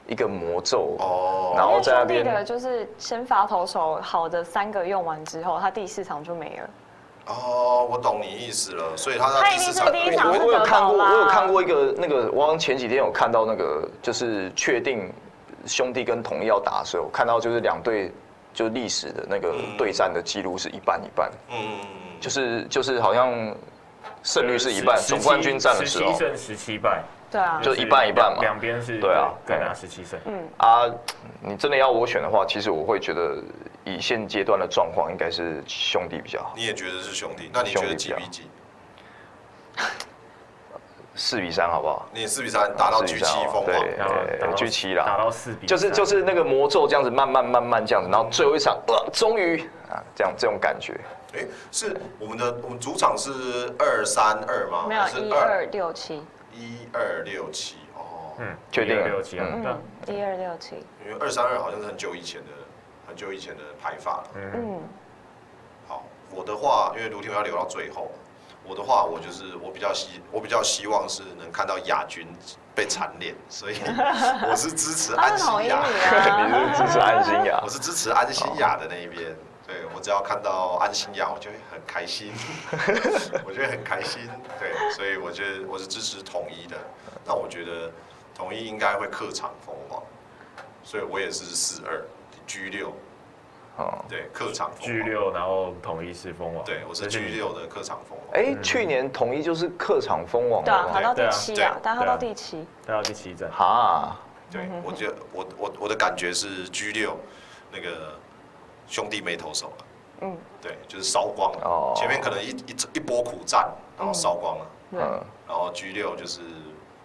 S4: 一个魔咒然
S1: 哦，
S4: 后在那
S2: 因为兄弟的
S4: 边
S2: 就是先发投手好的三个用完之后，他第四场就没了。
S1: 哦，我懂你意思了，所以他在
S2: 他
S1: 第
S2: 一定
S1: 四
S2: 是
S1: 场
S2: 第一
S1: 被
S2: 场
S4: 我我有看过，
S2: 得到啦
S4: 我有看过一个那个，我好像前几天有看到那个，就是确定兄弟跟统一要打的时候，看到就是两队就历史的那个
S1: 嗯
S4: 对战的记录是一半一半，
S1: 嗯嗯嗯嗯，
S4: 就是就是好像胜率是一半，总冠军战的时候
S3: 十七胜十七败，
S2: 对啊，
S4: 就一半一半嘛
S3: 两边是
S4: 对啊
S3: 各拿十七胜。
S2: 嗯，
S4: 啊，你真的要我选的话，其实我会觉得以现阶段的状况，应该是兄弟比较好，
S1: 你也觉得是兄弟，那你觉得几
S4: 兄弟
S1: 比
S4: 比较
S1: 几？
S4: 四比三好不好？
S1: 你四比三打到
S4: 四
S1: G
S4: 比
S1: 七
S4: 三好
S1: 疯
S4: 对
S1: 狂，
S3: 然后打到
S4: G 呃七
S3: 打
S4: 啦。
S3: 到四比，
S4: 就是就。是那个魔咒这样子，慢慢慢慢这样子，然后最后一场，呃，终于啊，这样这种感觉。
S1: 哎，是我们的我们主场是二三二吗？
S2: 没有
S1: 还是
S2: 一二六七，
S1: 一二六七哦，
S3: 嗯，
S4: 确定了
S3: 六七啊，
S4: 嗯
S3: 对啊
S2: 嗯，一二六七，
S1: 因为二三二好像是很久以前的，很久以前的排法了。
S3: 嗯，
S2: 嗯，
S1: 好，我的话，因为卢廷要留到最后，我的话，我就是我比较希，我比较希望是能看到亚军被缠脸，所以 我是支持
S2: 他
S1: 啊安
S2: 是统一
S1: 心
S2: 你
S1: 亚，
S2: 啊，
S4: 你是支持安心呀
S1: 我？是支持安心亚的那一
S3: 哦
S1: 边。对，我只要看到安心亚，我就会很开 心，我就会很开心。对，所以我觉得我是支持统一的。那我觉得统一应该会客场封王，所以我也是四二 G 六
S4: 嗯，
S1: 对，客场风
S3: 巨
S1: 暴，
S3: 哦六，然后统一是蜂王，
S1: 对我是
S3: 而且
S1: 巨
S3: 你
S1: 六的客场风暴。
S4: 哎，去年统一就是客场封王
S2: 对啊，
S4: 了
S2: 爬
S4: 吧？
S2: 到第
S3: 对啊
S2: 七
S1: 对
S2: 啊
S1: 啊，
S2: 但他
S3: 对
S2: 到
S3: 啊
S2: 第七，
S3: 来到第七站，
S4: 哈，
S1: 对，我觉得我我我的感觉是 G 六那个兄弟没投手了，
S2: 嗯，
S1: 对，就是烧光了。
S4: 哦
S1: 前面可能一一一波苦战，然后烧光了，
S2: 对，
S4: 嗯，
S1: 然后 G 六就是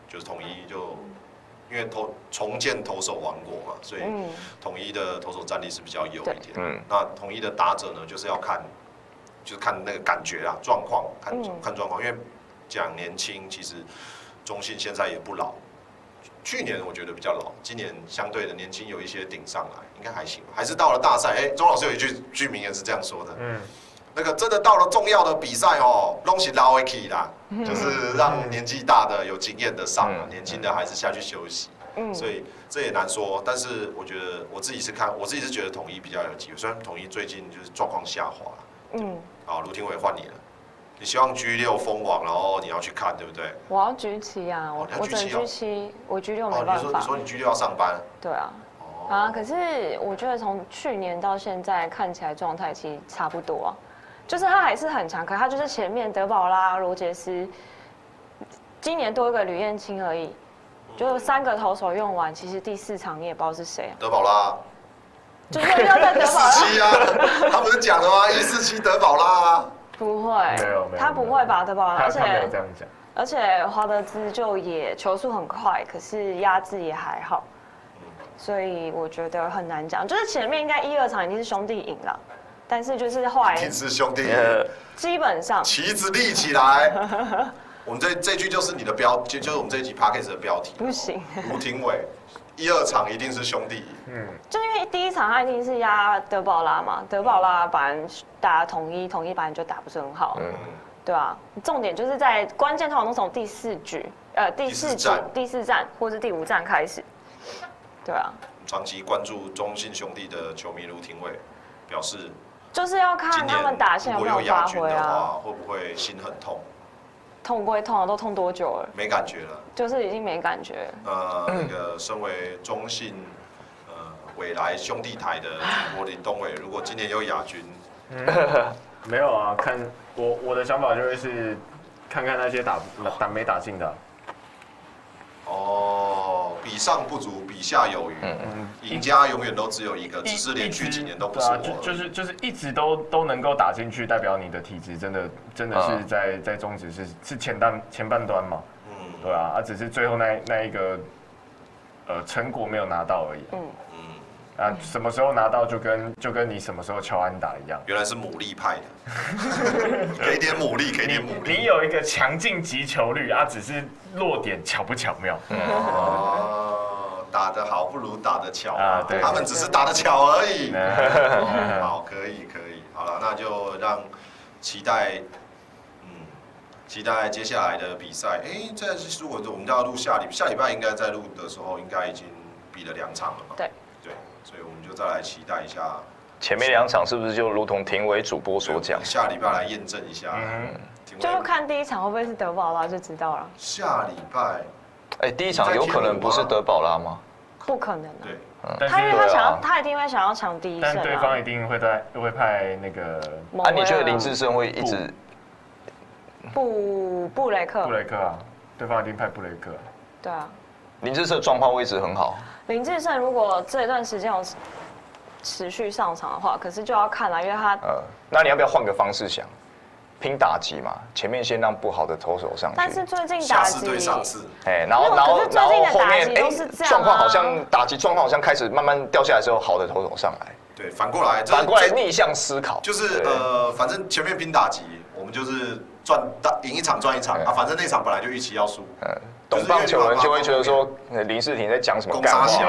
S1: 就是统一就因为投重建投手王国嘛，所以
S2: 嗯，
S1: 统一的投手战力是比较优一点。
S4: 对嗯
S1: 那统一的打者呢，就是要看就是看那个感觉啊，状况，看、
S2: 嗯
S1: 看状况，因为讲年轻，其实中信现在也不老。去年我觉得比较老，今年相对的年轻有一些顶上来，应该还行吧，还是到了大赛。哎、钟老师有一句句名言是这样说的：
S3: 嗯，
S1: 那个真的到了重要的比赛哦，弄起拉维奇啦，
S2: 嗯
S1: 就是让年纪大的有经验的上啊，
S4: 嗯
S1: 年轻的还是下去休息。
S2: 嗯
S1: 所以这也难说。但是我觉得我自己是看，我自己是觉得统一比较有机会。虽然统一最近就是状况下滑了。
S2: 嗯，
S1: 好，卢廷伟换你了，你希望 G 六封王，然后你要去看，对不对？
S2: 我要居七啊，我
S1: 哦你要
S2: 我
S1: 居
S2: 只能
S1: 七哦
S2: 居七，我居六没
S1: 哦，
S2: 办
S1: 你说你
S2: 法
S1: 说，你 G 六要上班，
S2: 对啊。
S1: 哦，
S2: 啊，可是我觉得从去年到现在看起来状态其实差不多啊，就是他还是很强，可他就是前面德保拉、罗杰斯，今年多一个吕彦青而已，就三个投手用完，其实第四场你也不知道是谁啊，
S1: 德保拉
S2: 就是又要在德
S1: 一
S2: 保拉
S1: 四七啊，他不是讲了吗？一四七德保拉啊，
S2: 不
S3: 没有没
S2: 会，
S3: 有
S2: 他不会吧德保拉，
S3: 他
S2: 而
S3: 他没有
S2: 且
S3: 这样讲，
S2: 而且华德兹就也球速很快，可是压制也还好，所以我觉得很难讲，就是前面应该一二场已经是兄弟赢了。但是就是后来
S1: 一定是兄弟，
S4: 呃，
S2: 基本上
S1: 旗子立起来。 我们这这句就是你的标，就就是我们这一集 p a c k a g e 的标 题。
S2: 不行，
S1: 卢廷伟一二场一定是兄弟，
S3: 嗯，
S2: 就因为第一场他一定是压德保拉嘛，德保拉反正打统一，统一反正就打不是很好，
S4: 嗯
S1: 嗯。
S2: 对啊，重点就是在关键通常都从第四局，呃，第四
S1: 第
S2: 局
S1: 四战、
S2: 第四站或是第五站开始，对啊，
S1: 长期关注中信兄弟的球迷卢廷伟表示，
S2: 就是要看
S1: 今
S2: 他
S1: 年
S2: 们打线
S1: 如
S2: 有
S1: 果
S2: 没
S1: 有
S2: 发
S1: 亚军
S2: 挥
S1: 的
S2: 啊，
S1: 话，会不会心很痛？
S2: 痛归痛啊，都痛多久了？
S1: 没感觉了。
S2: 就是已经没感觉了，
S1: 呃，
S2: 嗯
S1: 那个身为中信呃未来兄弟台的主播林东伟，如果今年有亚军，
S3: 没有啊，看我我的想法就会是看看那些打打没打进的啊，
S1: 哦，比上不足，比下有余，
S3: 嗯，
S1: 赢家永远都只有一个，
S3: 一
S1: 只是连续几年都不
S3: 嗯对
S1: 是
S3: 啊，
S1: 我
S3: 就就是就是一直都都能够打进去，代表你的体质真的真的是
S4: 嗯
S3: 在、在中职是是前半前半端嘛，
S1: 嗯
S3: 对啊，啊只是最后那那一个呃成果没有拿到而已
S2: 嗯，
S1: 嗯，
S3: 啊，什么时候拿到就跟就跟你什么时候敲安打一样。
S1: 原来是牡蛎派的， 给点牡蛎，给
S3: 你
S1: 点牡蛎。
S3: 你有一个强劲击球率啊，只是落点巧不巧妙。
S1: 哦，打得好不如打得巧
S3: 啊对
S1: 他们只是打得巧而 已。
S3: 那
S1: 哦好，可以可以，好了，那就让期待，嗯，期待接下来的比赛。哎、这是如果我们要录下礼下礼拜应该在录的时候，应该已经比了两场了嘛？
S2: 对
S1: 对，所以我们就再来期待一下，
S4: 前面两场是不是就如同庭伟主播所讲，
S1: 下礼拜来验证一下。
S3: 嗯
S1: 请
S2: 就是
S1: 问
S2: 看第一场会不会是德保拉就知道了，
S1: 下礼拜
S4: 哎，第一场有可能不是德保拉吗？
S2: 不可能啊，
S1: 对，
S3: 但
S2: 他因为
S3: 是
S2: 他想
S4: 对
S2: 要，
S4: 啊
S2: 他一定会想要抢第一胜
S3: 但
S2: 啊，
S3: 对方一定会在会派那个
S2: 某
S4: 啊，你
S2: 位
S4: 觉得
S2: 啊
S4: 林志胜会一直
S2: 布布雷克
S3: 布，雷克啊，对方一定派布雷克啊。
S2: 对啊，
S4: 林志胜状况会一直很好？
S2: 林志胜如果这段时间有持续上场的话，可是就要看了，因为他
S3: 啊
S4: 呃，那你要不要换个方式想，拼打击嘛？前面先让不好的投手上去，
S2: 但是最近
S1: 下
S2: 打
S1: 次
S2: 击
S1: 对上次。
S4: 哎，然后
S2: 没有
S4: 然后
S2: 可是最
S4: 然后
S2: 近的
S4: 后面
S2: 打击
S4: 哎
S2: 都是这样啊
S4: 状况好像打击状况好像开始慢慢掉下来之后，好的投手上来，
S1: 对，反过来，这
S4: 反过来
S1: 这
S4: 逆向思考，
S1: 就是
S4: 对
S1: 呃，反正前面拼打击，我们就是赚打赢一场赚一场
S4: 嗯
S1: 啊，反正那场本来就预期要输，
S4: 呃
S1: 就是
S4: 懂
S1: 因为
S4: 棒球人就会觉得
S1: 你
S4: 说呃林世廷在讲什么
S1: 攻
S4: 干
S1: 杀
S4: 话，
S1: 小，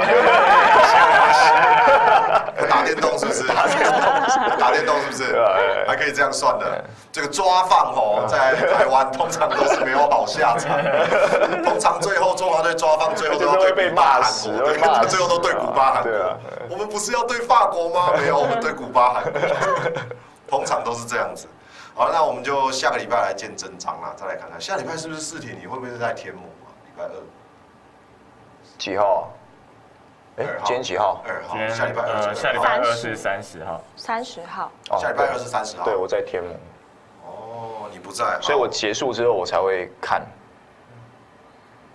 S1: 打电动是不 是？打电动，打电动是不是
S4: 对啊对啊？啊
S1: 还可以这样算的。这个抓放哦，在台湾通常都是没有好下 场，通常最后中华队抓放，最后都要对古巴、 韩国，
S4: 就是会被骂死
S1: 对，最后都对古巴、韩国
S4: 对啊。
S1: 我们不是要对法国 吗？没有，我们对古巴、韩国。通常都是这样子。好，那我们就下个礼拜来见真章啦，再来看看下礼拜是不是四铁，你会不会是在天母啊？礼拜二。
S4: 几号啊？哎
S1: 二，号
S4: 今天几号？
S1: 二号
S3: 今天，
S1: 下礼拜二十
S3: 呃，
S1: 二
S3: 下礼
S1: 号
S3: 拜二
S2: 30
S3: 是三十号，
S2: 三十号，
S4: 哦
S1: 下礼拜二是三十号。
S4: 对，我在天母，
S1: 哦，你不在，
S4: 所以我
S1: 好
S4: 结束之后我才会看。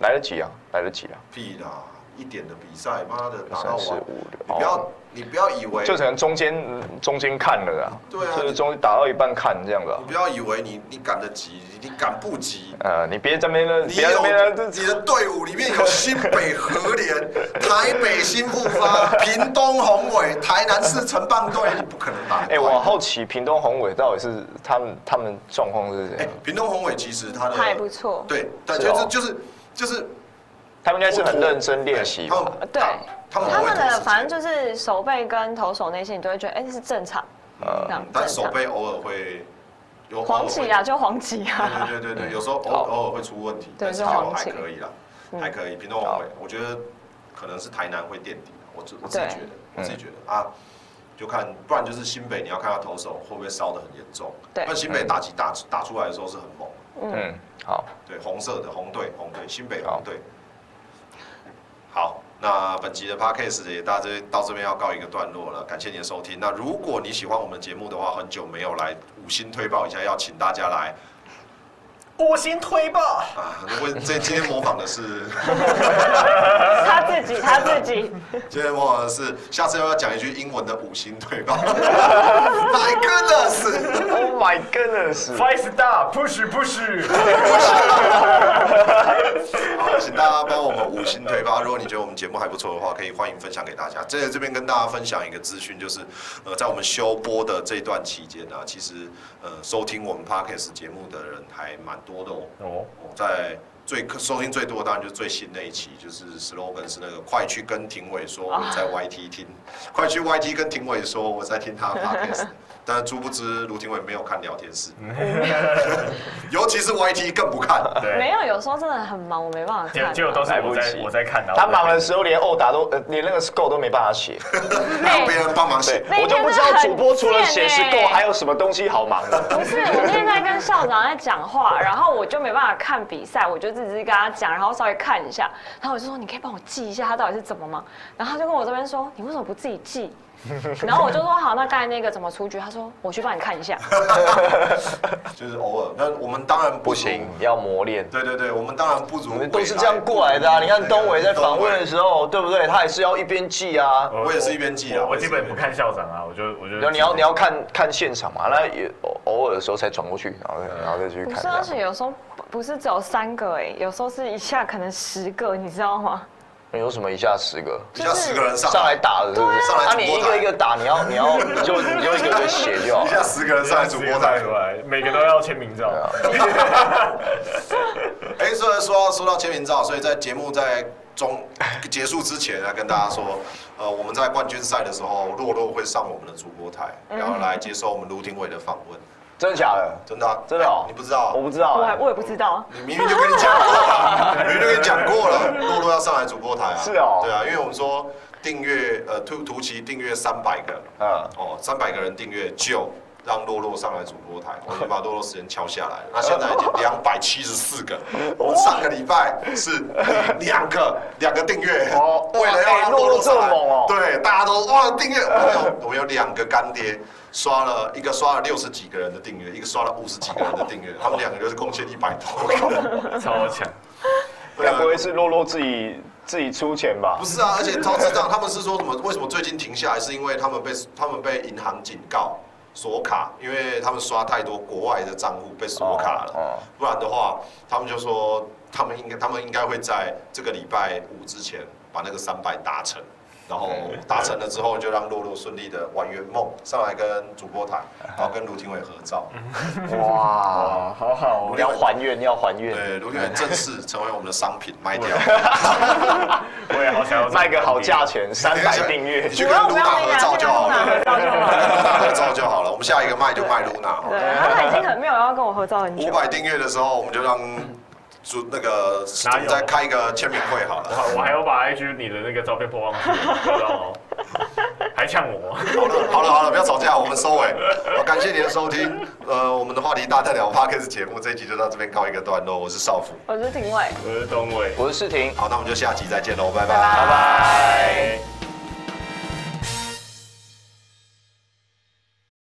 S4: 来得及啊，来得及啊，
S1: 屁啦，一点的比赛，妈的打到
S4: 三四
S1: 晚，
S4: 五
S1: 你
S4: 六，哦
S1: 不要你不要以为
S4: 就可能中间中间看了啦，
S1: 对啊
S4: 就是中打到一半看这样子啊
S1: 你。不要以为你你赶得及，你赶不 及。
S4: 呃，你别这边呢，
S1: 你
S4: 别
S1: 有
S4: 这边啊呢，
S1: 你的队伍里面有新北和联、台北新复发、 屏东宏伟、台南市城棒队，你不可能打得快。
S4: 哎、我好奇屏东宏伟到底是他们他们状况是怎
S1: 哎
S4: 样？
S1: 屏东宏伟其实他的
S2: 还不错。
S1: 对，但
S4: 是哦
S1: 就是就是就是
S4: 他们应该是很
S1: 不妥
S4: 认真练习
S1: 他
S4: 吧？
S1: 们
S2: 呃对
S1: 他他们
S2: 他
S1: 很会
S2: 们
S1: 投时
S2: 的
S1: 间
S2: 反正就是手背跟投手那些，你都会觉得哎、这是正常，这样啊
S1: 嗯但
S2: 正
S1: 手
S2: 常
S1: 背偶尔会有
S2: 黄旗啊，，就黄旗
S1: 偶尔
S2: 啊，
S1: 会对对对对，有时候偶
S4: 好
S1: 偶尔会出问题，
S2: 对
S1: 但是
S2: 是
S1: 还
S2: 黄
S1: 还
S2: 旗
S1: 可以啦，
S2: 嗯
S1: 还可以。屏东王伟，我觉得可能是台南会垫底，啊我自我自己
S2: 对
S1: 觉得，我自
S4: 嗯
S1: 己觉得啊，就看，不然就是新北，你要看他投手会不会烧的很严重。
S2: 对
S1: 但新北打击打打出来的时候是很猛，
S4: 嗯，好，
S1: 对，红色的红队，红队，新北
S4: 好
S1: 红队。好，那本集的 podcast 也大致到这边要告一个段落了，感谢你的收听。那如果你喜欢我们的节目的话，很久没有来五星推爆一下，要请大家来
S3: 五星推爆，
S1: 啊！如果这今天模仿的是，
S2: 他自己他自己，
S1: 今天模仿的是，下次要不要讲一句英文的五星推爆？My goodness！
S4: Oh my goodness！
S3: five star push push，
S1: 好，请大家帮我们五星推发。如果你觉得我们节目还不错的话，可以欢迎分享给大家。在这边跟大家分享一个资讯，就是呃，在我们休播的这段期间呢、其实呃，收听我们 podcast 节目的人还蛮多的哦。
S3: 哦，
S1: 哦在最收听最多的当然就是最新那一期，就是 slogan 是那个快去跟庭伟说我在 YT 听，快去 YT 跟庭伟说我在听他的 podcast。但殊不知卢庭伟没有看聊天室， 尤其是 YT 更不看。
S2: 没
S3: 对，
S2: 有，有时候真的很忙，我没办法看、
S3: 结
S2: 啊。
S3: 结果都是
S4: 来
S3: 我
S4: 不
S3: 在
S4: 及
S3: 我在看，然后
S4: 他忙的
S3: 了，
S4: 时候连殴打都，呃，连那个 score 都没办法 写。
S1: 还有别人帮忙写
S4: 对。，
S2: 那
S4: 我就不知道主播除了
S2: 欸
S4: 写 score 还有什么东西好忙的。
S2: 不是，我那天在跟校长在讲话，然后我就没办法看比赛，我就只是跟他讲，然后稍微看一下，然后我就说你可以帮我记一下他到底是怎么吗？然后他就跟我这边说你为什么不自己记？ 然后我就说好，那刚才那个怎么出局？他说我去帮你看一下。
S1: 就是偶尔。那我们当然
S4: 不
S1: 不如
S4: 行，要磨练。
S1: 对对对，我们当然不如
S4: 我们都是这样过来的啊！你看东伟在访问的时候，对不对？他也是要一边记啊。
S1: 我也是一边记啊
S3: 我
S1: 我
S3: 我
S1: 也是一
S3: 基
S1: 边
S3: 本不看校长啊，我就我就
S4: 然后你要你要看看现场嘛，那也偶偶尔的时候才转过去，然后再然后再去
S2: 不
S4: 看
S2: 是，
S4: 这
S2: 而
S4: 样。
S2: 且有时候不不是只有三个哎、有时候是一下可能十个，你知道吗？
S4: 你有什么一下十个
S1: 比较十个人上
S4: 上来，打的，是不是？
S1: 上来
S4: 啊，你
S1: 主播
S4: 一
S1: 台
S4: 个一个打，你要你 要你就你就一个一个写就好
S1: 一下
S4: 了。
S1: 十个人上来主播台
S3: 带。出来，每个都要签名照，
S1: 哎，所以说说到签名照，所以在节目在中结束之前啊要跟大家说，呃，我们在冠军赛的时候，洛洛会上我们的主播台，然后来接受我们卢廷伟的访问。
S4: 真的假的？
S1: 真的啊？
S4: 真的哦
S1: 哎你不知道啊？
S4: 我不知道
S2: 我还
S4: 欸。
S2: 我也不知道。
S1: 你明明就跟你讲过了，明明就跟你讲过了，露露要上来主播台啊。
S4: 是哦
S1: 对啊，因为我们说订阅呃图图奇订阅三百个，
S4: 嗯
S1: 哦，三百个人订阅就让洛洛上来主 播台，我就把洛洛时间敲下来了。那现在已经两百七十四 个，我们上个礼拜是两个两个订阅，
S4: 哦
S1: 为了要
S4: 哇哎
S1: 让洛洛
S4: 洛洛
S1: 上来
S4: 这么猛哦
S1: 对，大家都哇订阅，我们有我们有两个干爹。刷了一个刷了六十几个人的订阅，一个刷了五十几个人的订阅，他们两个就是贡献一百多 个。
S3: 超强，
S1: 对啊
S4: 该不会是洛洛自己自己出钱吧
S1: 不？是啊，而且超智障，他们是说什么？为什么最近停下来？是因为他们被他们被银行警告锁卡，因为他们刷太多国外的账户被锁卡了。
S4: 哦哦
S1: 不然的话，他们就说他们应该他们应该会在这个礼拜五之前把那个三百达成。然后达成了之后，就让洛洛顺利的完圆梦，上来跟主播 台，然后跟卢廷伟合照。
S4: 嗯哇！
S3: 哇，好好哦
S4: 要还愿，要还愿，
S1: 对，卢廷伟正式成为我们的商品，卖掉。
S3: 我也好想要这种
S4: 卖个好
S3: 感觉
S4: 价，钱，三百订阅
S1: 你。去跟卢娜合照就好了，
S2: 合照就好
S1: 跟
S2: 了。
S1: 露娜合照就好了。我们下一个卖就卖露哦娜好
S2: 对，
S1: 了。
S2: 他们已经很没有要跟我合照很久
S1: 五
S2: 了。
S1: 百订阅的时候，我们就让主那个
S3: 哪
S1: 我
S3: 有
S1: 们再开一个签名会好了。
S3: 我还要把 IG 你的那个照片破忘记，你知道吗？还呛我，
S1: 好了好了好了，不要吵架，我们收 尾。好，感谢你的收听。呃，我们的话题大代聊 p o d c a s 节目这一集就到这边告一个段落。我是少辅，
S2: 我是廷伟。
S3: 我是东伟，
S4: 我是世婷。
S1: 好，那我们就下集再见喽，拜
S2: 拜
S1: 拜
S2: 拜
S3: 拜。